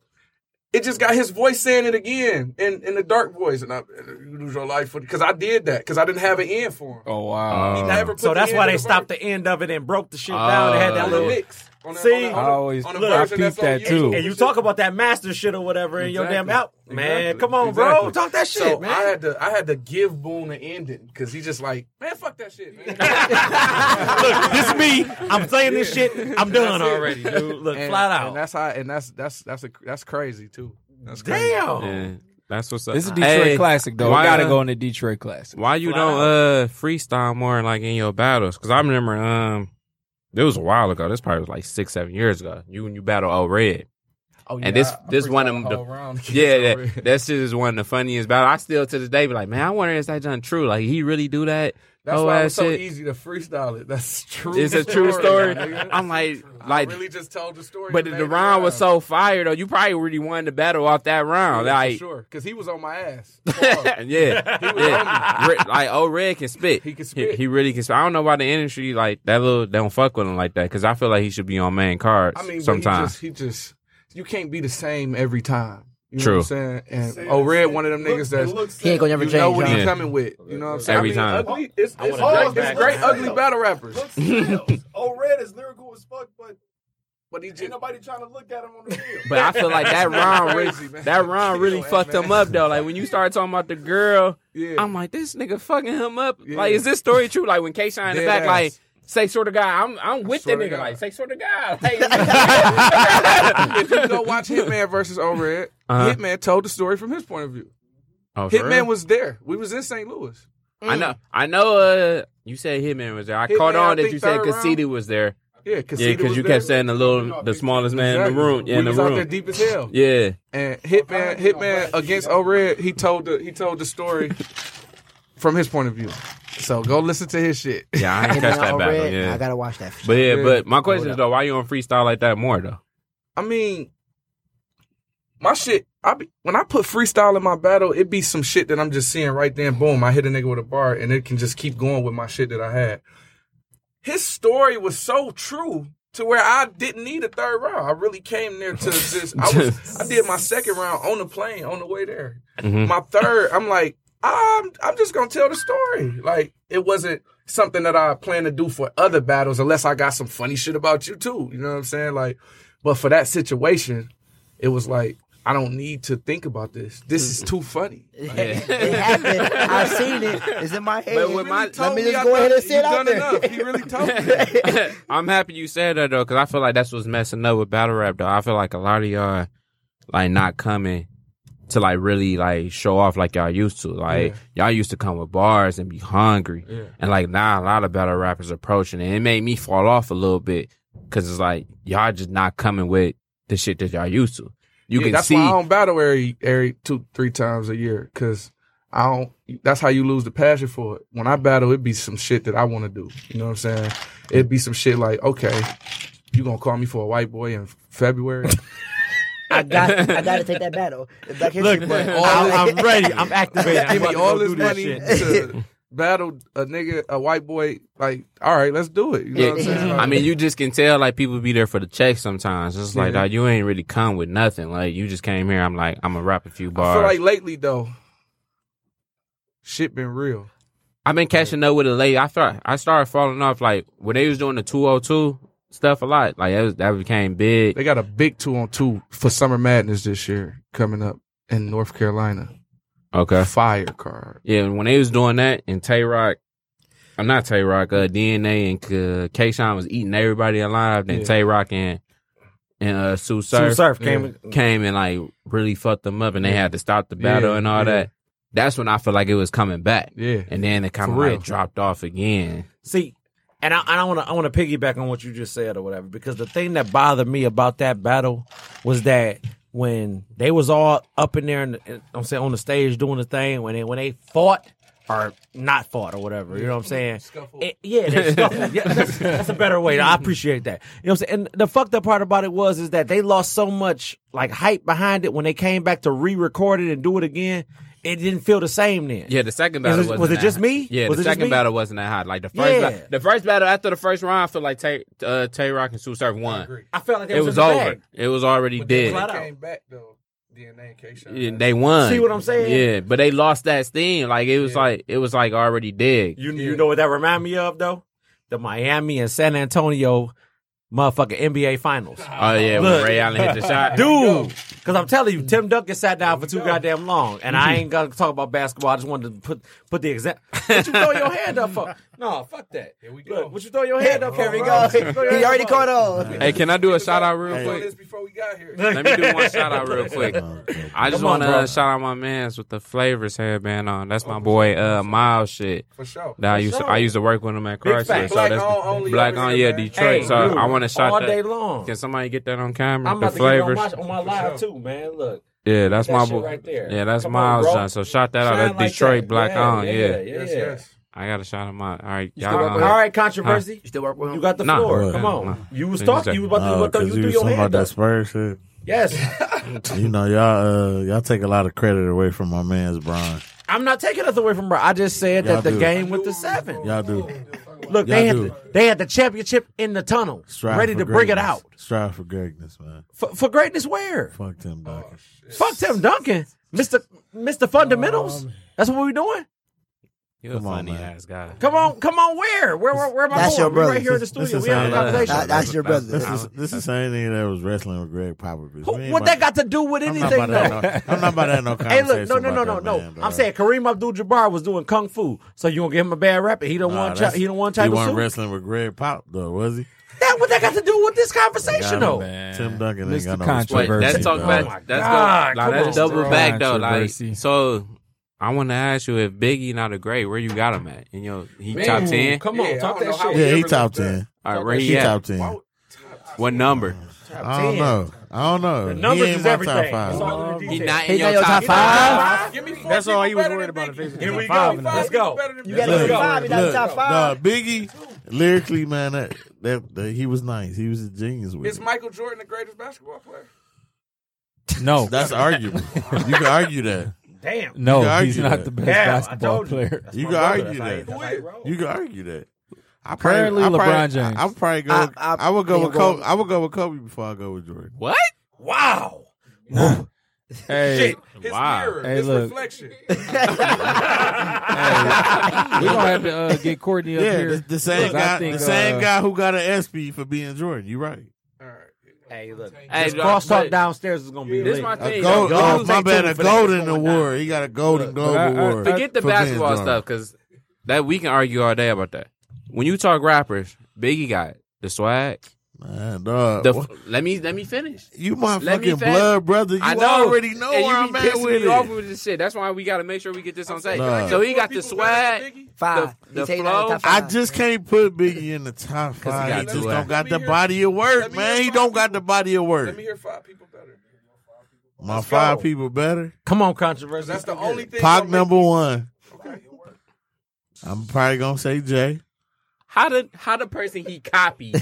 I: it just got his voice saying it again in in the dark voice, and I you lose your life because I did that because I didn't have an end for him.
G: Oh, wow.
I: He
F: Uh,
I: never put
C: So
I: the
C: that's
I: end
C: why
I: to
C: they
I: the
C: stopped
I: verse.
C: the end of it and broke the shit down. They had that
I: On
C: little.
I: the mix. On the-
C: See?
I: on the- on the-
G: I always-
I: on the
G: look,
I: version
G: I
I: that's
G: peeped
I: on
G: that
I: YouTube.
G: too.
C: And you talk about that master shit or whatever in your damn
I: Exactly.
C: out. Man,
I: Exactly.
C: come on, bro.
I: Exactly.
C: Talk that shit,
I: so
C: man.
I: I had to I had to give Boone an ending because he just like man fuck that shit man.
C: Look, this is me. I'm saying this shit. I'm done already, dude. Look,
I: and,
C: flat
I: and
C: out.
I: that's how and that's that's that's a, that's crazy too. That's crazy.
C: Damn.
F: Yeah, that's what's up.
G: This is a Detroit
F: Hey,
G: classic, though. I
F: why,
G: got to
F: uh,
G: go in the Detroit classic.
F: Why you don't uh freestyle more like in your battles? Because I remember um, it was a while ago. This probably was like six, seven years ago. You and you battle O Red.
I: Oh,
F: And this- this one of them- the- Yeah, that, that shit is one of the funniest battles. I still to this day be like, man, I wonder is that John true? Like he really do that?
I: That's
F: whole
I: why it
F: ass
I: was so
F: shit?
I: easy to freestyle it. That's true.
F: Oh, It's a true story.
I: nigga.
F: I'm like,
I: I
F: like
I: really just told the story.
F: But
I: and
F: the,
I: made
F: the
I: it
F: round was
I: rhyme.
F: so fire though. You probably really won the battle off that round.
I: Yeah, for
F: like,
I: sure because he was on my ass.
F: yeah,
I: Hard.
F: yeah. Re- like old red can spit.
I: He can spit.
F: He, really can spit. I don't know why the industry like that little they don't fuck with him like that because I feel like he should be on main cards
I: I mean,
F: sometimes.
I: But he, just, he just you can't be the same every time. You
F: True.
I: know what I'm saying? And O'Red, one of them niggas that's
H: He ain't gonna never
I: you know
H: change.
I: what
H: y'all.
I: he's
F: Yeah.
I: coming with. You know what I'm saying?
F: Every
I: I mean,
F: time.
I: Ugly, it's,
C: I
I: it's,
C: wanna bring
I: great-
C: back
I: it's great,
C: the-
I: ugly battle rappers.
L: Look, sales. Old Red is lyrical as fuck, but
I: But he just,
L: ain't nobody trying to look at him on the field.
F: But I feel like that round,
I: Crazy,
F: really,
I: man.
F: that round really
I: Chill,
F: fucked
I: man.
F: him up though. Like when you started talking about the girl,
I: yeah.
F: I'm like, this nigga fucking him up.
I: Yeah.
F: Like, is this story true? Like when Kayshawn in the
I: Dead
F: back,
I: ass.
F: like. Say sort of guy, I'm I'm with the
I: swear to
F: nigga.
I: God.
F: Like say sort of guy. Like,
I: if you go watch Hitman versus O'Red,
F: Uh-huh.
I: Hitman told the story from his point of view.
F: oh, for real?
I: Hitman was there. We was in St. Louis.
F: I know. I know. Uh, you said Hitman was there. I
I: Mm. Hitman,
F: caught
I: I
F: on that
I: think
F: you said
I: third round.
F: Cassidy was there.
I: Yeah, because
F: Yeah, because you kept saying the little, the smallest man in the room. Yeah, in
I: we
F: the
I: was out there
F: room.
I: deep as hell.
F: Yeah.
I: And Hitman, Hitman against O'Red, he told the he told the story from his point of view. So go listen to his shit.
F: Yeah, I ain't catch that battle. Yeah.
I: I gotta watch
H: that
F: But yeah, but my question is though, why you on freestyle like that more though?
I: I mean, my shit. I be, when I put freestyle in my battle, it be some shit that I'm just seeing right then. Boom! I hit a nigga with a bar, and it can just keep going with my shit that I had. His story was so true to where I didn't need a third round. I really came there to just. I was. I did my second round on the plane on the way there.
K: Mhm.
I: My third, I'm like, I'm. I'm just gonna tell the story. Like it wasn't something that I plan to do for other battles, unless I got some funny shit about you too. You know what I'm saying? Like, but for that situation, it was like I don't need to think about this. This is too funny.
H: It happened. I've seen it. It's in my head.
F: But with my-
H: Let me
I: He
H: just
I: I
H: go ahead
I: thought
H: and say it
I: he
H: out
I: done
H: there.
I: enough. He really told me.
F: I'm happy you said that though, because I feel like that's what's messing up with battle rap though. I feel like a lot of y'all like not coming to like really like show off like y'all used to. Like y'all used to come with bars and be hungry,
K: Yeah.
F: and like now a lot of battle rappers approaching it. It made me fall off a little bit because it's like y'all just not coming with the shit that y'all used to. You
I: Yeah,
F: can
I: that's
F: see
I: why I don't battle every every two three times a year because I don't. That's how you lose the passion for it. When I battle, it be some shit that I want to do. You know what I'm saying? It'd be some shit like, okay, you gonna call me for a white boy in February?
H: I got. I got to take that battle. The Black History
I: Look,
H: Month.
I: all this- Give me all this
H: do that
I: money
H: shit.
I: to battle a nigga, a white boy. Like, all right, let's do it. You know
F: Yeah,
I: what I'm saying? Like,
F: I mean, you just can tell like people be there for the check sometimes. It's like
I: Yeah.
F: dawg, you ain't really come with nothing. Like you just came here. I'm like I'm gonna rap a few
I: I
F: bars. I
I: feel like lately though, shit been real.
F: have been catching up with it late. I thought I started falling off like when they was doing the 202 stuff a lot. Like that, was, that became big.
I: They got a big two on two for Summer Madness this year coming up in North Carolina.
F: Okay.
I: Fire card.
F: Yeah, and when they was doing that and Tay Rock, I'm not Tay Rock. Uh, DNA and uh, Kayshawn was eating everybody alive. Then
C: Yeah.
F: Tay Rock and and uh, Sue Surf,
C: Surf came-
F: came and like really fucked them up, and they had to stop the battle
C: Yeah,
F: and all
C: yeah.
F: that. That's when I felt like it was coming back.
I: Yeah,
F: and then it kind of
C: For real.
F: like dropped off again.
C: See, and I, and I want to I want to piggyback on what you just said or whatever because the thing that bothered me about that battle was that when they was all up in there and and I'm saying on the stage doing the thing when they when they fought or not fought or whatever, you know what I'm saying? It- yeah, they scuffled. Yeah, that's, that's a better way. I appreciate that. You know what I'm saying? And the fucked up part about it was is that they lost so much like hype behind it when they came back to re-record it and do it again. It didn't feel the same then.
F: Yeah, the second
C: Is
F: battle
C: it-
F: wasn't
C: was it
F: that-
C: just me?
F: Yeah,
C: Was
F: the
C: it just
F: second
C: me?
F: battle wasn't that hot. Like the first,
C: Yeah.
F: ba- the first battle after the first round, I feel like Tay, uh, Tay Rock and Sue Surf won.
C: I felt like they
F: it
C: was
F: was
C: in the
F: over.
C: bag.
F: It was already dead.
I: came back though. DNA and K-Shine.
F: Yeah, they won.
C: See what I'm saying?
F: Yeah, but they lost that steam. Like it was like it was like already dead.
C: You you know what that remind me of though? The Miami and San Antonio motherfucking NBA Finals.
F: Oh yeah, when
C: Look.
F: Ray Allen hit the shot,
C: dude. Because I'm telling you,
H: Mm.
C: Tim Duncan sat down for too goddamn long, and
H: Mm-hmm.
C: I ain't gonna talk about basketball. I just wanted to put put the exact. What you throw your hand up for? No, fuck that. Here we go. Look, what you throw your hand up
H: Here
C: for?
H: we
C: bro?
H: go.
C: What you throw your
H: He
C: hand
H: already
C: up
H: caught
C: for?
H: on.
F: Hey, can I do a shout out real
I: Hey.
F: quick?
I: before we got here.
F: Let me do one shout out real quick.
D: Uh,
F: I just
I: Come on,
F: want
I: bro.
F: to shout out my man's with the flavors headband on.
C: Oh,
F: That's my boy uh Miles shit.
I: For sure.
F: That I
I: For
F: used to,
I: sure.
F: I used to work with him at
I: Big
F: Chrysler.
I: facts.
F: So
I: Black
F: that's
I: on only
F: black
I: over
F: on
I: here,
F: yeah
I: man.
F: Detroit.
C: Hey,
F: so
C: dude,
F: I want to shout
C: all
F: that.
C: day long.
F: Can somebody get that on camera?
C: I'm
F: the
C: about to get it on
F: flavors.
C: my, on my live too, man. Look.
F: Yeah, that's
C: That
F: my
C: shit
F: boy.
C: right there.
F: Yeah, that's
C: Come on,
F: Miles
C: bro.
F: John. So shout that out.
C: Shine
F: That
C: like
F: Detroit
C: that.
F: black
C: Yeah,
F: on. Yeah.
C: yeah, yeah, Yes, yeah. yes.
F: I gotta shout him out. All right,
C: All
F: y'all. uh,
C: right, controversy.
H: You still work with
C: You
H: him?
C: got the
F: Nah.
C: floor.
F: Nah.
C: Come on.
F: Nah.
C: You was
F: Exactly.
C: talking. You was about to
D: Oh,
C: you, throw- you
D: you
C: threw
D: was
C: your
D: talking about
C: hand
D: that
C: up.
D: Spurs shit.
C: Yes.
D: you know, y'all uh, y'all take a lot of credit away from my man's Brian.
C: I'm not taking nothing away from her. I just said
D: Y'all
C: that the
D: do.
C: game went to seven.
D: Y'all do.
C: Look,
D: Y'all
C: they had
D: do.
C: the, they had the championship in the tunnel,
D: Strive
C: ready
D: for
C: to bring it
D: greatness.
C: out
D: Strive for greatness, man.
C: for, for greatness. Where?
D: Fuck
F: Oh,
D: Tim Duncan.
C: Fuck Tim Duncan, Mister Mister
D: Um,
C: Fundamentals. That's what we doing.
F: You a
D: Come on,
F: funny
D: man.
F: ass guy.
C: Come on, come on. Where? Where? Where, where am I
H: That's
C: going?
H: your
C: We
H: brother.
C: right here in the
H: This-
C: studio.
D: is
C: We having a
D: how-
C: conversation.
H: That- that's your brother.
D: This is this is the same thing that was wrestling with Greg Popovich.
C: Who-
D: We ain't
C: what
D: about-
C: that got to do with
D: I'm
C: anything?
D: not about to
C: though?
D: have no- I'm not about to have no
C: Hey, look, no,
D: conversation
C: no, no,
D: about
C: no,
D: that
C: no.
D: man, bro.
C: I'm saying Kareem Abdul-Jabbar was doing kung fu, so you gonna give him a bad rap, and he don't
D: Nah,
C: want
D: that's-
C: he don't want
D: He
C: title
D: wasn't
C: suit.
D: wrestling with Greg Pop though, was he?
C: That what that got to do with this conversation though?
D: Got him. Tim Duncan ain't
G: Mr.
D: got no
F: Wait,
G: Controversy.
D: respect.
G: Controversy,
F: that's talk
D: dog.
F: back.
C: my
F: that's
C: God,
F: go. Nah,
C: come
F: that's
C: on,
F: double
C: bro.
F: back though. Like
G: Controversy.
F: so. I want to ask you if Biggie not a great, where you got him at? And yo, he top ten.
C: Come on,
I: Yeah, I
C: talk
I: don't know
C: that
I: how
C: shit.
I: we
D: Yeah, he
I: ever
D: top
I: looked at-
D: ten.
F: All right, where
D: He
F: he at?
D: top ten.
F: What number?
D: I don't know. I don't know.
F: The numbers
D: he ain't
F: is
D: my
F: everything.
D: Top five.
F: It's all in the He details. not in He not your your top top
E: five? That's all he was worried about. If he
C: Here
E: was
C: we
E: top
C: go.
E: five.
C: Let's go.
H: You got to five. You got
D: Look,
H: top five.
D: nah, Biggie, lyrically, man, that, that, that he was nice. He was a genius with
I: Is
D: it.
I: Michael Jordan the greatest basketball player?
E: No,
D: that's arguable. you can argue that.
C: Damn.
E: No,
D: You can
E: he's
D: argue
E: not
D: that.
E: the best
C: Damn, I
E: basketball
C: told you.
E: player.
C: That's
D: You
C: my
D: can
C: brother. That's
D: argue that.
C: how you- that's how you roll.
D: You can argue that. I
E: Currently
D: probably, I
E: LeBron
D: probably,
E: James.
D: I, I would probably go. I,
H: I-
D: would go
H: yeah,
D: with
H: well-
D: Kobe. I would go with Kobe before I go with Jordan.
F: What?
C: Wow.
E: Hey,
I: His
F: Wow.
I: mirror,
E: Hey,
I: his
E: look.
I: reflection.
E: we gonna have to uh, get Courtney up
D: yeah,
E: here.
D: the, the same
E: 'cause I
D: guy.
E: think,
D: the same
E: uh,
D: guy who got an SP for being Jordan. You right.
C: Hey, look.
F: Hey,
C: This
F: look,
C: crosstalk
F: but-
C: downstairs is going to be
F: This
C: lit.
F: my
D: A
F: thing.
D: gold,
F: though.
D: oh,
F: Dudes
D: my
F: ain't
D: bad, a
F: tuned for that.
D: golden award. He got a golden globe
E: I- I-
D: award.
F: Forget the
D: for being
F: basketball
D: Jordan.
F: stuff because that we can argue all day about that. When you talk rappers, Biggie got the swag.
D: Man, dog,
F: The
D: what-
F: f- let me let me finish.
D: you my
F: let me
D: fucking
F: finish.
D: blood brother. You
F: I know.
D: already know
F: and
D: where
F: you
D: I'm
F: be
D: at
F: pissing
D: with
F: me off
D: it.
F: with this shit. That's why we got to make sure we get this on tape.
D: Nah.
F: So he got
I: People
F: the
I: better
F: swag,
I: than Biggie?
H: Five.
F: the
H: You take it out of
F: flow.
H: top
D: I
H: five.
D: just can't put Biggie in the top
F: he
D: five.
F: got
D: He
F: two
D: just
F: ass.
D: don't got
I: Let
D: the
I: me
D: body of
I: Let
D: work,
I: me
D: man.
I: hear
D: He
I: five
D: don't got the body of
I: Let me
D: work.
I: hear five people better.
D: My five people better.
C: Come on, controversy.
I: That's the only thing.
D: Pac
I: gonna make-
D: number one. I'm probably gonna say Jay.
F: How the how the person he copied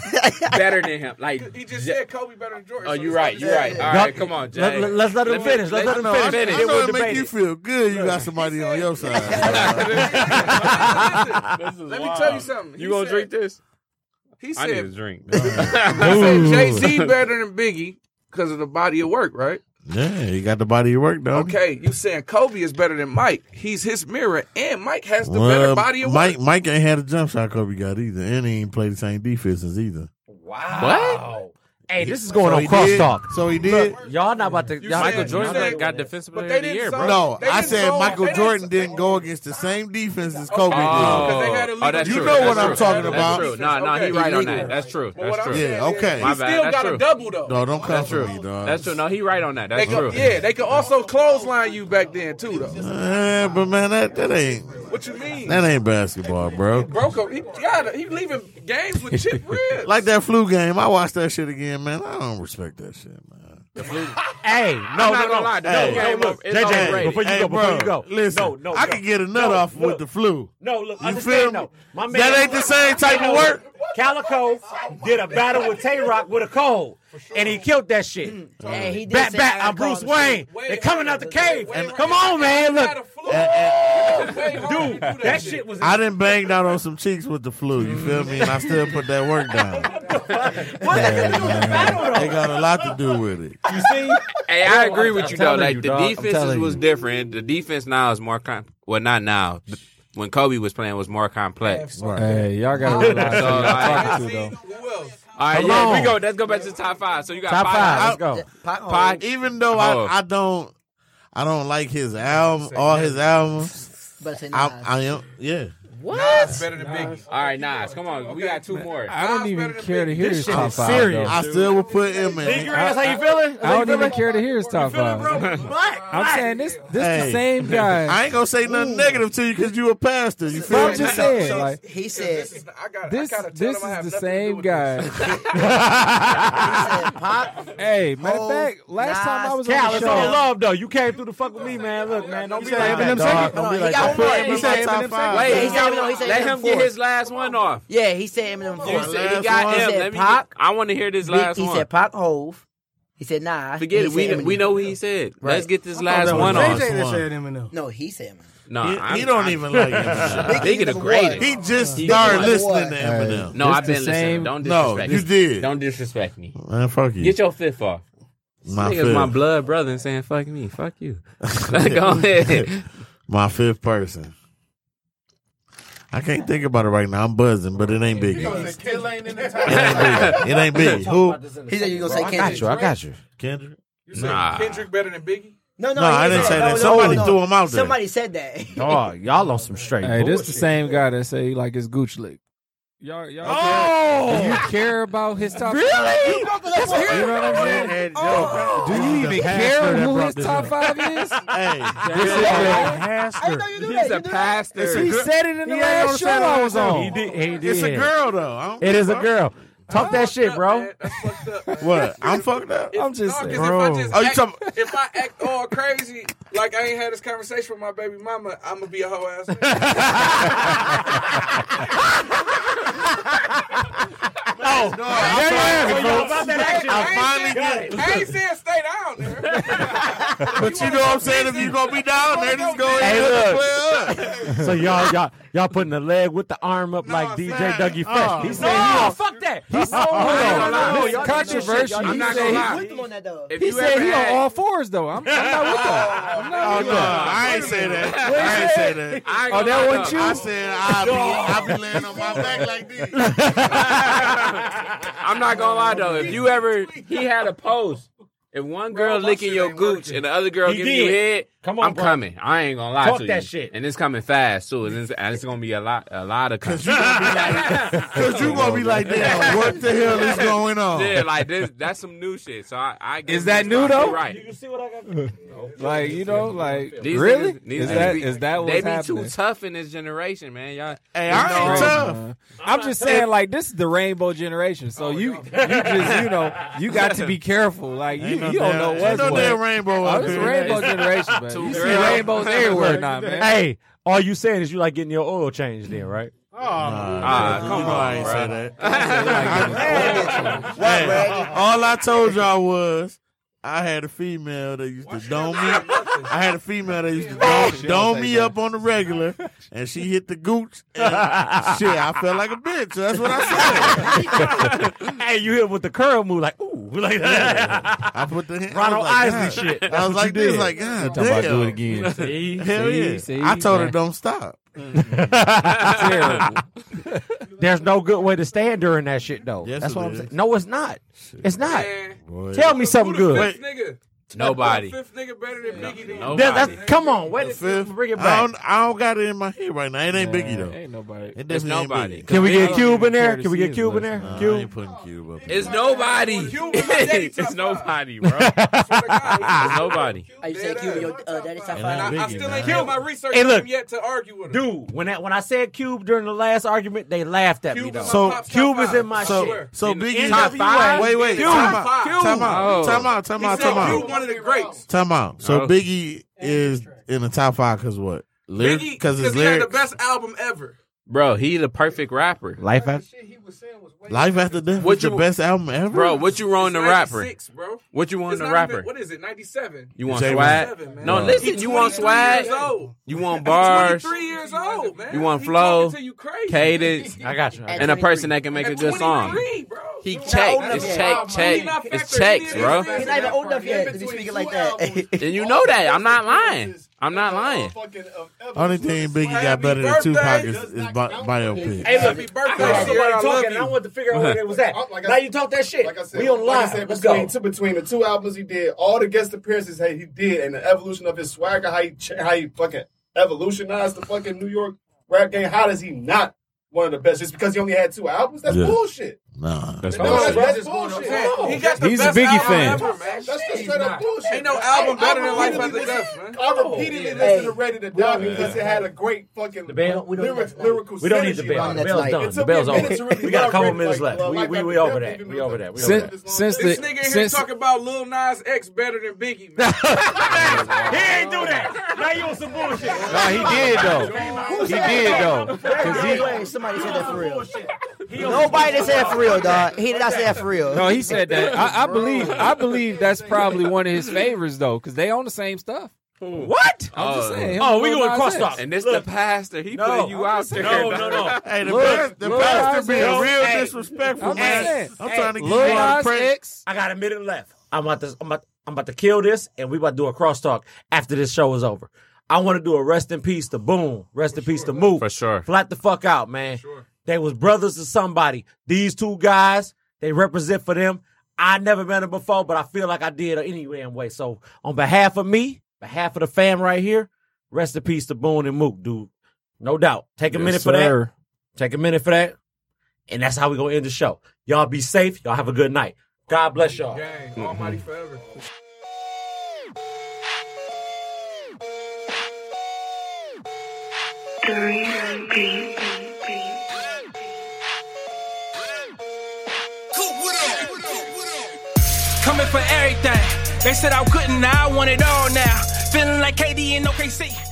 F: better than him? Like
I: He just said Kobe better than Jordan.
F: Oh,
I: so
F: you
I: it's
F: right.
I: not
F: You
I: the
F: right.
I: same.
F: All right, come on, Jay.
C: Let, let, let's let him
F: me-
C: finish. Let's let him
D: No,
C: finish.
D: I, I
F: finish.
C: Then
D: know
C: we'll
D: it make
C: debate
D: you
C: it.
D: feel good. You got somebody on your side.
I: Listen, Let me tell you something. He
F: You gonna
I: said-
F: drink this?
I: He
F: I need a
I: said,
F: drink.
I: Jay Z better than Biggie because of the body of work, right?
D: yeah, you got the body of work, though.
I: Okay, you saying Kobe is better than Mike? He's his mirror, and Mike has the better
D: Well,
I: body of
D: Mike,
I: work.
D: Mike ain't had a jump shot Kobe got either, and he ain't played the same defenses either.
C: Wow. Hey, this is going
D: So
C: on
D: he did-
C: crosstalk.
D: So he did.
C: Y'all not about to.
I: You
C: Y'all
I: said-
F: Michael Jordan
I: said-
F: got defensive
I: but
F: player
I: they
F: of the
I: didn't
F: year,
I: sign-
F: bro.
D: No,
I: They
D: I
I: didn't
D: said
I: zone-
D: Michael
I: they didn't-
D: Jordan didn't go against the same defense as
I: Oh,
D: Kobe did.
I: 'cause they gotta leave
F: Oh, that's
I: it.
F: true.
D: You know
F: that's
D: what I'm
F: true.
D: talking about.
F: That's true. No, no, he right on that. That's true.
I: But what
F: That's
I: I'm
F: true.
I: saying
D: Yeah,
I: is
D: okay.
I: He
D: My
F: bad,
I: still
F: that's
I: got a
F: true.
I: double though.
D: No, don't come for me, dog.
F: That's true. No, he right on that.
I: They
F: That's true.
I: go, yeah, they can also clothesline you back then too, though.
D: Eh, but man, that, that ain't
I: What you mean?
D: that ain't basketball, bro.
I: Broco, he got he leaving games with chip ribs.
D: Like that flu game, I watched that shit again, man. I don't respect that shit, man.
C: Hey,
F: I'm
C: no,
F: not
C: no,
F: gonna
C: no.
F: lie. The
D: Hey,
F: double
D: hey,
F: game
C: look,
F: up, it's
C: JJ,
F: overrated.
C: before you go, before you go.
D: listen,
C: No, no,
D: I
C: no.
D: can get a nut
C: No,
D: off with
C: look.
D: the flu.
C: No, look,
D: You
C: understand
D: feel me?
C: though. My man,
D: That ain't the same type of work.
C: Calico did a battle with Tay Rock with a cold, and he killed that shit.
H: Hey, he did
C: Back,
H: say
C: back,
H: I
C: I'm Bruce
H: called him.
C: Wayne. They're coming out the cave. Come on, man.
I: Got a
C: Look,
D: Uh,
I: flu.
C: dude, that shit was.
D: I done banged out on some cheeks with the flu. You feel me? And I still put that work down.
C: What the hell do with the battle
D: They
C: though?
D: got a lot to do with it.
C: You see?
F: Hey, I agree with you though.
C: telling
F: Like
C: you,
F: the
C: dog. I'm
F: defenses
C: telling
F: was
C: you.
F: different. The defense now is more com- well, not now. Th- When Kobe was playing, was more complex. All
E: Hey, y'all gotta realize who y'all talking to though.
I: Who else?
F: right,
C: Come
F: yeah,
C: on.
F: we go. Let's go back to the top five. So you got
C: Top five. Let's go.
H: Pac-
D: Even though
F: Oh.
D: I, I don't I don't like his album, all his albums.
H: But say
D: I,
H: Nas.
D: I am yeah.
I: Nas better than Biggie.
F: All right, Nas, come on. We got two more.
E: I don't even care to hear his
C: shit
E: top
C: is
E: five.
C: serious.
E: though.
D: I still would put him
C: You agree?
D: in.
C: That's how you feeling?
E: I don't even care to hear his top five.
C: I'm
E: I'm saying this. This
D: Hey.
E: the same guy.
D: I ain't gonna say nothing negative to you because you a pastor. You
E: But
D: feel
E: I'm
D: me?
E: just saying,
H: So,
E: like
H: he said,
I: This is, I got,
E: this.
I: I gotta tell
E: This
I: them I have
E: is the
I: nothing to
E: same
I: do with
E: guy.
H: Pop,
E: Hey, matter
L: Oh,
E: of
H: Hove,
E: fact, last time I was
C: Cal,
E: on the
C: it's all
E: show,
C: love though. You came through the fuck with me, man. Look, man, don't be
D: Say
C: like
D: Eminem
C: that. dog.
D: second. Don't be
H: he
D: like that.
H: got one more.
D: Put
H: He
D: him in
H: said
D: that top five.
F: Wait,
H: he
F: he
H: said
F: got,
H: Eminem- he said
F: let
H: Eminem
F: him get
H: four.
F: his last one off.
H: yeah, he said Eminem
F: You
H: four.
F: said he
D: last
F: got
D: one.
F: him.
H: He said
F: Let me.
H: Pac.
F: I want to hear this last
H: he
F: one.
H: said Pop Hove. He said Nah.
F: Forget
H: he
F: it. We
H: said
F: we
H: Eminem.
F: know what he said. Let's get this last
D: that was
F: one
D: Jay-Z.
F: off.
D: Jay-Z.
E: that
D: One.
E: said Eminem.
H: No, he said Eminem.
F: No,
D: He,
F: I'm-
D: he don't
F: I'm-
D: even like him.
F: Biggie the
H: Number
F: greatest.
H: one.
D: He just
F: He-
D: started
F: he-
D: listening to
H: Hey.
D: Eminem.
F: No,
E: It's
F: I've
E: the
F: been listening.
E: same-
F: Don't
D: No,
F: disrespect
D: you
F: me.
D: did.
F: Don't disrespect me.
D: Man, fuck you.
F: Get your fifth off.
D: my,
F: Nigga's my
D: fifth,
F: blood brother and saying, fuck me, fuck you. Go ahead.
D: my fifth person. I can't think about it right now. I'm buzzing, but it ain't Biggie. It ain't Biggie. It ain't Biggie. Who?
H: He said you gonna
C: I
H: say
C: got
H: Kendrick.
C: you. I got you.
D: Kendrick.
F: Nah.
I: Kendrick better than Biggie.
H: No, no,
D: No,
H: he
D: I didn't
H: said-
D: say
H: no,
D: that.
H: no,
D: Somebody
H: no, no.
D: threw him out there.
H: Somebody said that.
C: Dog, y'all on some straight.
E: Hey, this the
C: bullshit.
E: same guy that say he like it's Gooch lick. Y'all, y'all
L: Oh!
E: care, do you care about his top?
C: Really?
E: Five? You know what I'm saying? Do you even care who his top five is?
D: Hey,
E: This is the-
H: I didn't know you knew
F: He's a
H: that. You knew that.
F: pastor.
E: he said it in the
D: He ain't
E: last
D: on
E: show
D: Saturday
E: I was
D: Night
E: on.
C: He did. He did.
D: it's a girl though. I don't
C: It
D: give
C: is a
D: fuck.
C: girl. Talk that shit, bro.
D: What? I'm fucked up.
I: I'm just
D: saying.
I: If
D: Bro.
I: I just
D: Oh, you
I: act,
D: talking-
I: if I act all crazy, like I ain't had this conversation with my baby mama, I'm gonna be a hoe ass.
D: Oh, no, I finally get it.
I: I ain't saying stay down there.
D: But you know what I'm saying? If you're gonna be down there, just go
C: Hey,
D: ahead and
C: look.
D: play up.
C: So y'all, y'all, y'all putting the leg with the arm up like DJ Dougie Fresh. he said,
K: no,
C: he
K: fuck that.
C: He said,
K: no, no, no,
C: hold
K: y'all
C: on.
K: doing this shit, y'all
C: Controversial.
K: doing
C: He
K: this
C: said
K: shit.
C: he-
K: I'm
H: with him on that though.
K: If
G: He
K: you ever
G: said he
K: had-
G: on all fours though. I'm, I'm not with that. I'm not
D: Oh
G: with
D: no, I ain't say that. I ain't say that.
K: I ain't
G: Oh,
K: gonna
G: that
K: lie,
G: wasn't
K: though.
G: you?
D: I said I be I be laying on my back like this.
F: I'm not gonna lie though. If you ever he had a post. If one girl licking your gooch and the other girl
C: He
F: giving you
C: did.
F: head,
C: Come on,
F: I'm
C: bro.
F: coming. I ain't gonna lie
C: Talk
F: to
C: that
F: you.
C: shit.
F: And it's coming fast too. And it's, and it's gonna be a lot, a lot of.
D: Cause you gonna be like, damn, what the hell is going on?
F: Yeah, like this, that's some new shit. So I, I give
G: Is
F: you
G: that
F: this,
G: new,
F: you
G: though?
F: Right.
G: Like you know, like
F: These
G: really?
F: niggas- these
G: is
F: niggas
G: that
F: be-
G: is that
F: They
G: what's
F: be
G: happening?
F: too tough in this generation, man. Y'all,
D: Hey, I ain't
G: Crazy,
D: tough.
G: man. I'm just saying, like this is the rainbow generation, so you you just you know you got to be careful. Like you, you don't know
D: Ain't
G: what's
D: no damn
G: what.
D: rainbow
G: Oh,
D: up
G: this
D: here.
G: rainbow generation, man.
F: Two
G: You see
F: girls.
G: rainbows everywhere now, man.
C: Hey, all you saying is you like getting your oil changed then, right?
F: Ah,
D: Nah,
F: come
D: you know
F: on,
D: I ain't
F: bro.
D: say that. Hey, all I told y'all was I had a female that used to dome me. I had a female that used to dome, dome me up on the regular, and she hit the gooch. And shit, I felt like a bitch. That's what I said.
C: hey, you hit with the curl move, like ooh, like that.
D: I put the hand,
C: Ronald
D: I was like,
C: Isley
D: God.
C: shit.
D: I was like
C: you
D: this,
C: did.
D: like God
E: Talking about
D: damn.
E: do it again.
C: See?
D: Hell
E: See?
D: yeah!
E: See?
D: I told her
E: Man.
D: don't stop.
C: There's no good way to stand during that shit though.
D: Yes,
C: That's
D: it
C: what I'm
D: is.
C: saying. No, it's not. It's not.
I: Man,
C: Tell me something
I: who the
C: good.
I: Fifth nigga,
F: nobody.
I: fifth nigga better than Biggie. than
F: Nobody.
C: That- that's- come on, wait,
D: Fifth,
C: bring it
D: I
C: back.
D: don't, I don't got it in my head right now. It ain't Biggie though.
G: Ain't nobody.
D: It
F: It's
D: definitely ain't
F: nobody.
D: Biggie.
C: Can we get
G: I don't
C: Cube
G: even
C: in there?
G: care to
C: Can we
G: see
C: get
G: his
C: Cube
G: list,
C: in there?
D: Nah, I
C: Cube.
D: ain't putting Cube up.
F: It's nobody.
I: Cube was my daddy top
F: it's
I: five.
F: nobody, bro.
I: Swear to God,
F: It's
I: he's-
F: nobody.
H: Are you saying Cube? Your uh, daddy's top
D: And
H: five.
I: I, I
D: Biggie,
I: still ain't
D: man.
I: did my research
C: Hey,
I: on
C: look.
I: him yet to argue with him.
C: Dude, when I, when I said Cube during the last argument, they laughed at me
I: Cube
C: though.
I: is my
D: So,
I: pop's top
C: Cube is
I: five.
C: in my
I: I
D: So,
I: swear.
D: so
F: In the
D: Biggie.
F: top five?
D: Wait, wait.
C: Cube.
D: Time out.
I: Cube.
D: Time out.
F: Oh.
D: Time out. Time
I: He
D: out.
I: said
D: Time
I: Cube
D: out.
I: one of the greats.
D: Time out. So
F: Oh.
D: Biggie is in the top five because what? Lyric,
I: Biggie,
D: because his
I: he had the
D: lyrics.
I: best album ever.
F: Bro, he the perfect rapper.
C: Life after
D: Life After Death
F: What
D: was the
F: you-
D: best album ever.
F: Bro, what you wrong
I: It's
F: the rapper?
I: 96, bro.
F: What you want
I: It's
F: the
I: not even-
F: rapper?
I: what is it? Ninety-seven.
F: You want
D: Jay
F: swag?
I: Seven, man.
F: No,
D: Bro.
F: listen.
I: He's
F: You want
I: 23
F: swag?
I: years old.
F: You want bars,
I: 23 years old, man.
F: You want
I: He
F: flow,
I: talking to you crazy.
F: cadence,
C: I got you. I got
F: and a person that can make
I: At
F: a good song.
I: 23, bro.
F: He
I: Not
F: checked.
I: old
F: It's
I: enough
F: check,
I: yet. He
F: check.
I: not
F: It's
I: factored
F: checks,
I: in.
F: bro.
H: He's not even old enough yet to be speaking like that.
F: And you know that. I'm not lying. I'm not lying.
L: uh,
D: Only thing Biggie got
I: Happy
D: better than
I: birthday.
D: Tupac is, is bi- biopic.
C: Hey, look, I
I: Happy birthday,
C: heard
I: Sierra,
C: somebody
I: I love
C: talking. and I
I: you.
C: wanted to figure out where it was at.
L: Like I-
C: now you talk that shit.
L: Like I said,
C: we on
L: like I
C: live.
L: said,
C: Let's
L: between,
C: go.
L: Two, between the two albums he did, all the guest appearances that he did, and the evolution of his swagger, how he ch- how he fucking evolutionized the fucking New York rap game. How does he not one of the best? Just because he only had two albums, that's
D: Yeah.
L: bullshit.
D: Nah.
L: No, that's, that's bullshit.
I: He got the
G: He's a
I: best
G: Biggie
I: album
G: fan.
I: ever, man.
L: That's just straight up bullshit.
I: Ain't no album
L: I- I
I: better than Life
L: repeatedly
I: After Death,
L: listened-
I: man.
L: I repeatedly listened to Ready to Die because it had a great fucking
C: The bell?
H: We don't need
L: lyric,
H: that.
L: lyrical
C: We don't need the
L: synergy,
C: bell.
L: like,
C: The bell's
H: It
C: done.
L: took
C: The bell's
L: me a minute to
C: over.
L: really
C: We got a couple
L: love
C: minutes
L: Drake,
C: left.
L: like,
C: We
L: like
C: we
L: Dr.
C: we over
L: Pepper,
C: that.
L: even
C: We
L: though
C: over
L: the-
C: that. We over
G: Since
C: that.
G: since
I: This
G: the
I: nigga here
G: since
I: talk about Lil Nas X better than Biggie, man.
C: He ain't do that. Now you on some bullshit.
E: No, he did though. He did though. Cause
H: No
E: he,
H: way somebody said that for real. Nobody that said that for real, dog. He did not say that for real.
G: No, he said that. I, I believe. I believe that's probably one of his favorites though, because they own the same stuff.
C: What?
G: I'm just
F: Oh.
G: saying.
C: Oh, we
G: Lil
C: going
G: Nas
C: cross
G: X.
C: talk.
F: And this
C: Look.
F: the pastor. He
C: No.
F: put you out there.
C: No, no, no.
D: Hey, the
G: Look,
D: past, the
G: Lil
D: pastor
G: Nas
D: being
G: X.
D: real
C: Hey.
D: disrespectful.
G: I'm
D: man.
G: saying.
D: I'm trying to get you
G: Lil
D: on the
G: Nas
D: print.
G: X.
C: I got a minute left. I'm about to I'm about, I'm about to kill this, and we about to do a crosstalk after this show is over. I want to do a rest in peace to Boom, rest in peace to Mook.
F: For sure.
C: Flat the fuck out, man. They was brothers to somebody. These two guys, they represent for them. I never met them before, but I feel like I did any damn way. So on behalf of me, behalf of the fam right here, rest in peace to Boone and Mook, dude. No doubt. Take a minute for that. Take a minute for that. And that's how we gonna end the show. Y'all be safe. Y'all have a good night. God bless y'all.
I: Gang, Almighty forever.
M: Three, three, three, three.
B: Coming for everything. They said I couldn't, now I want it all now. Feeling like KD in OKC.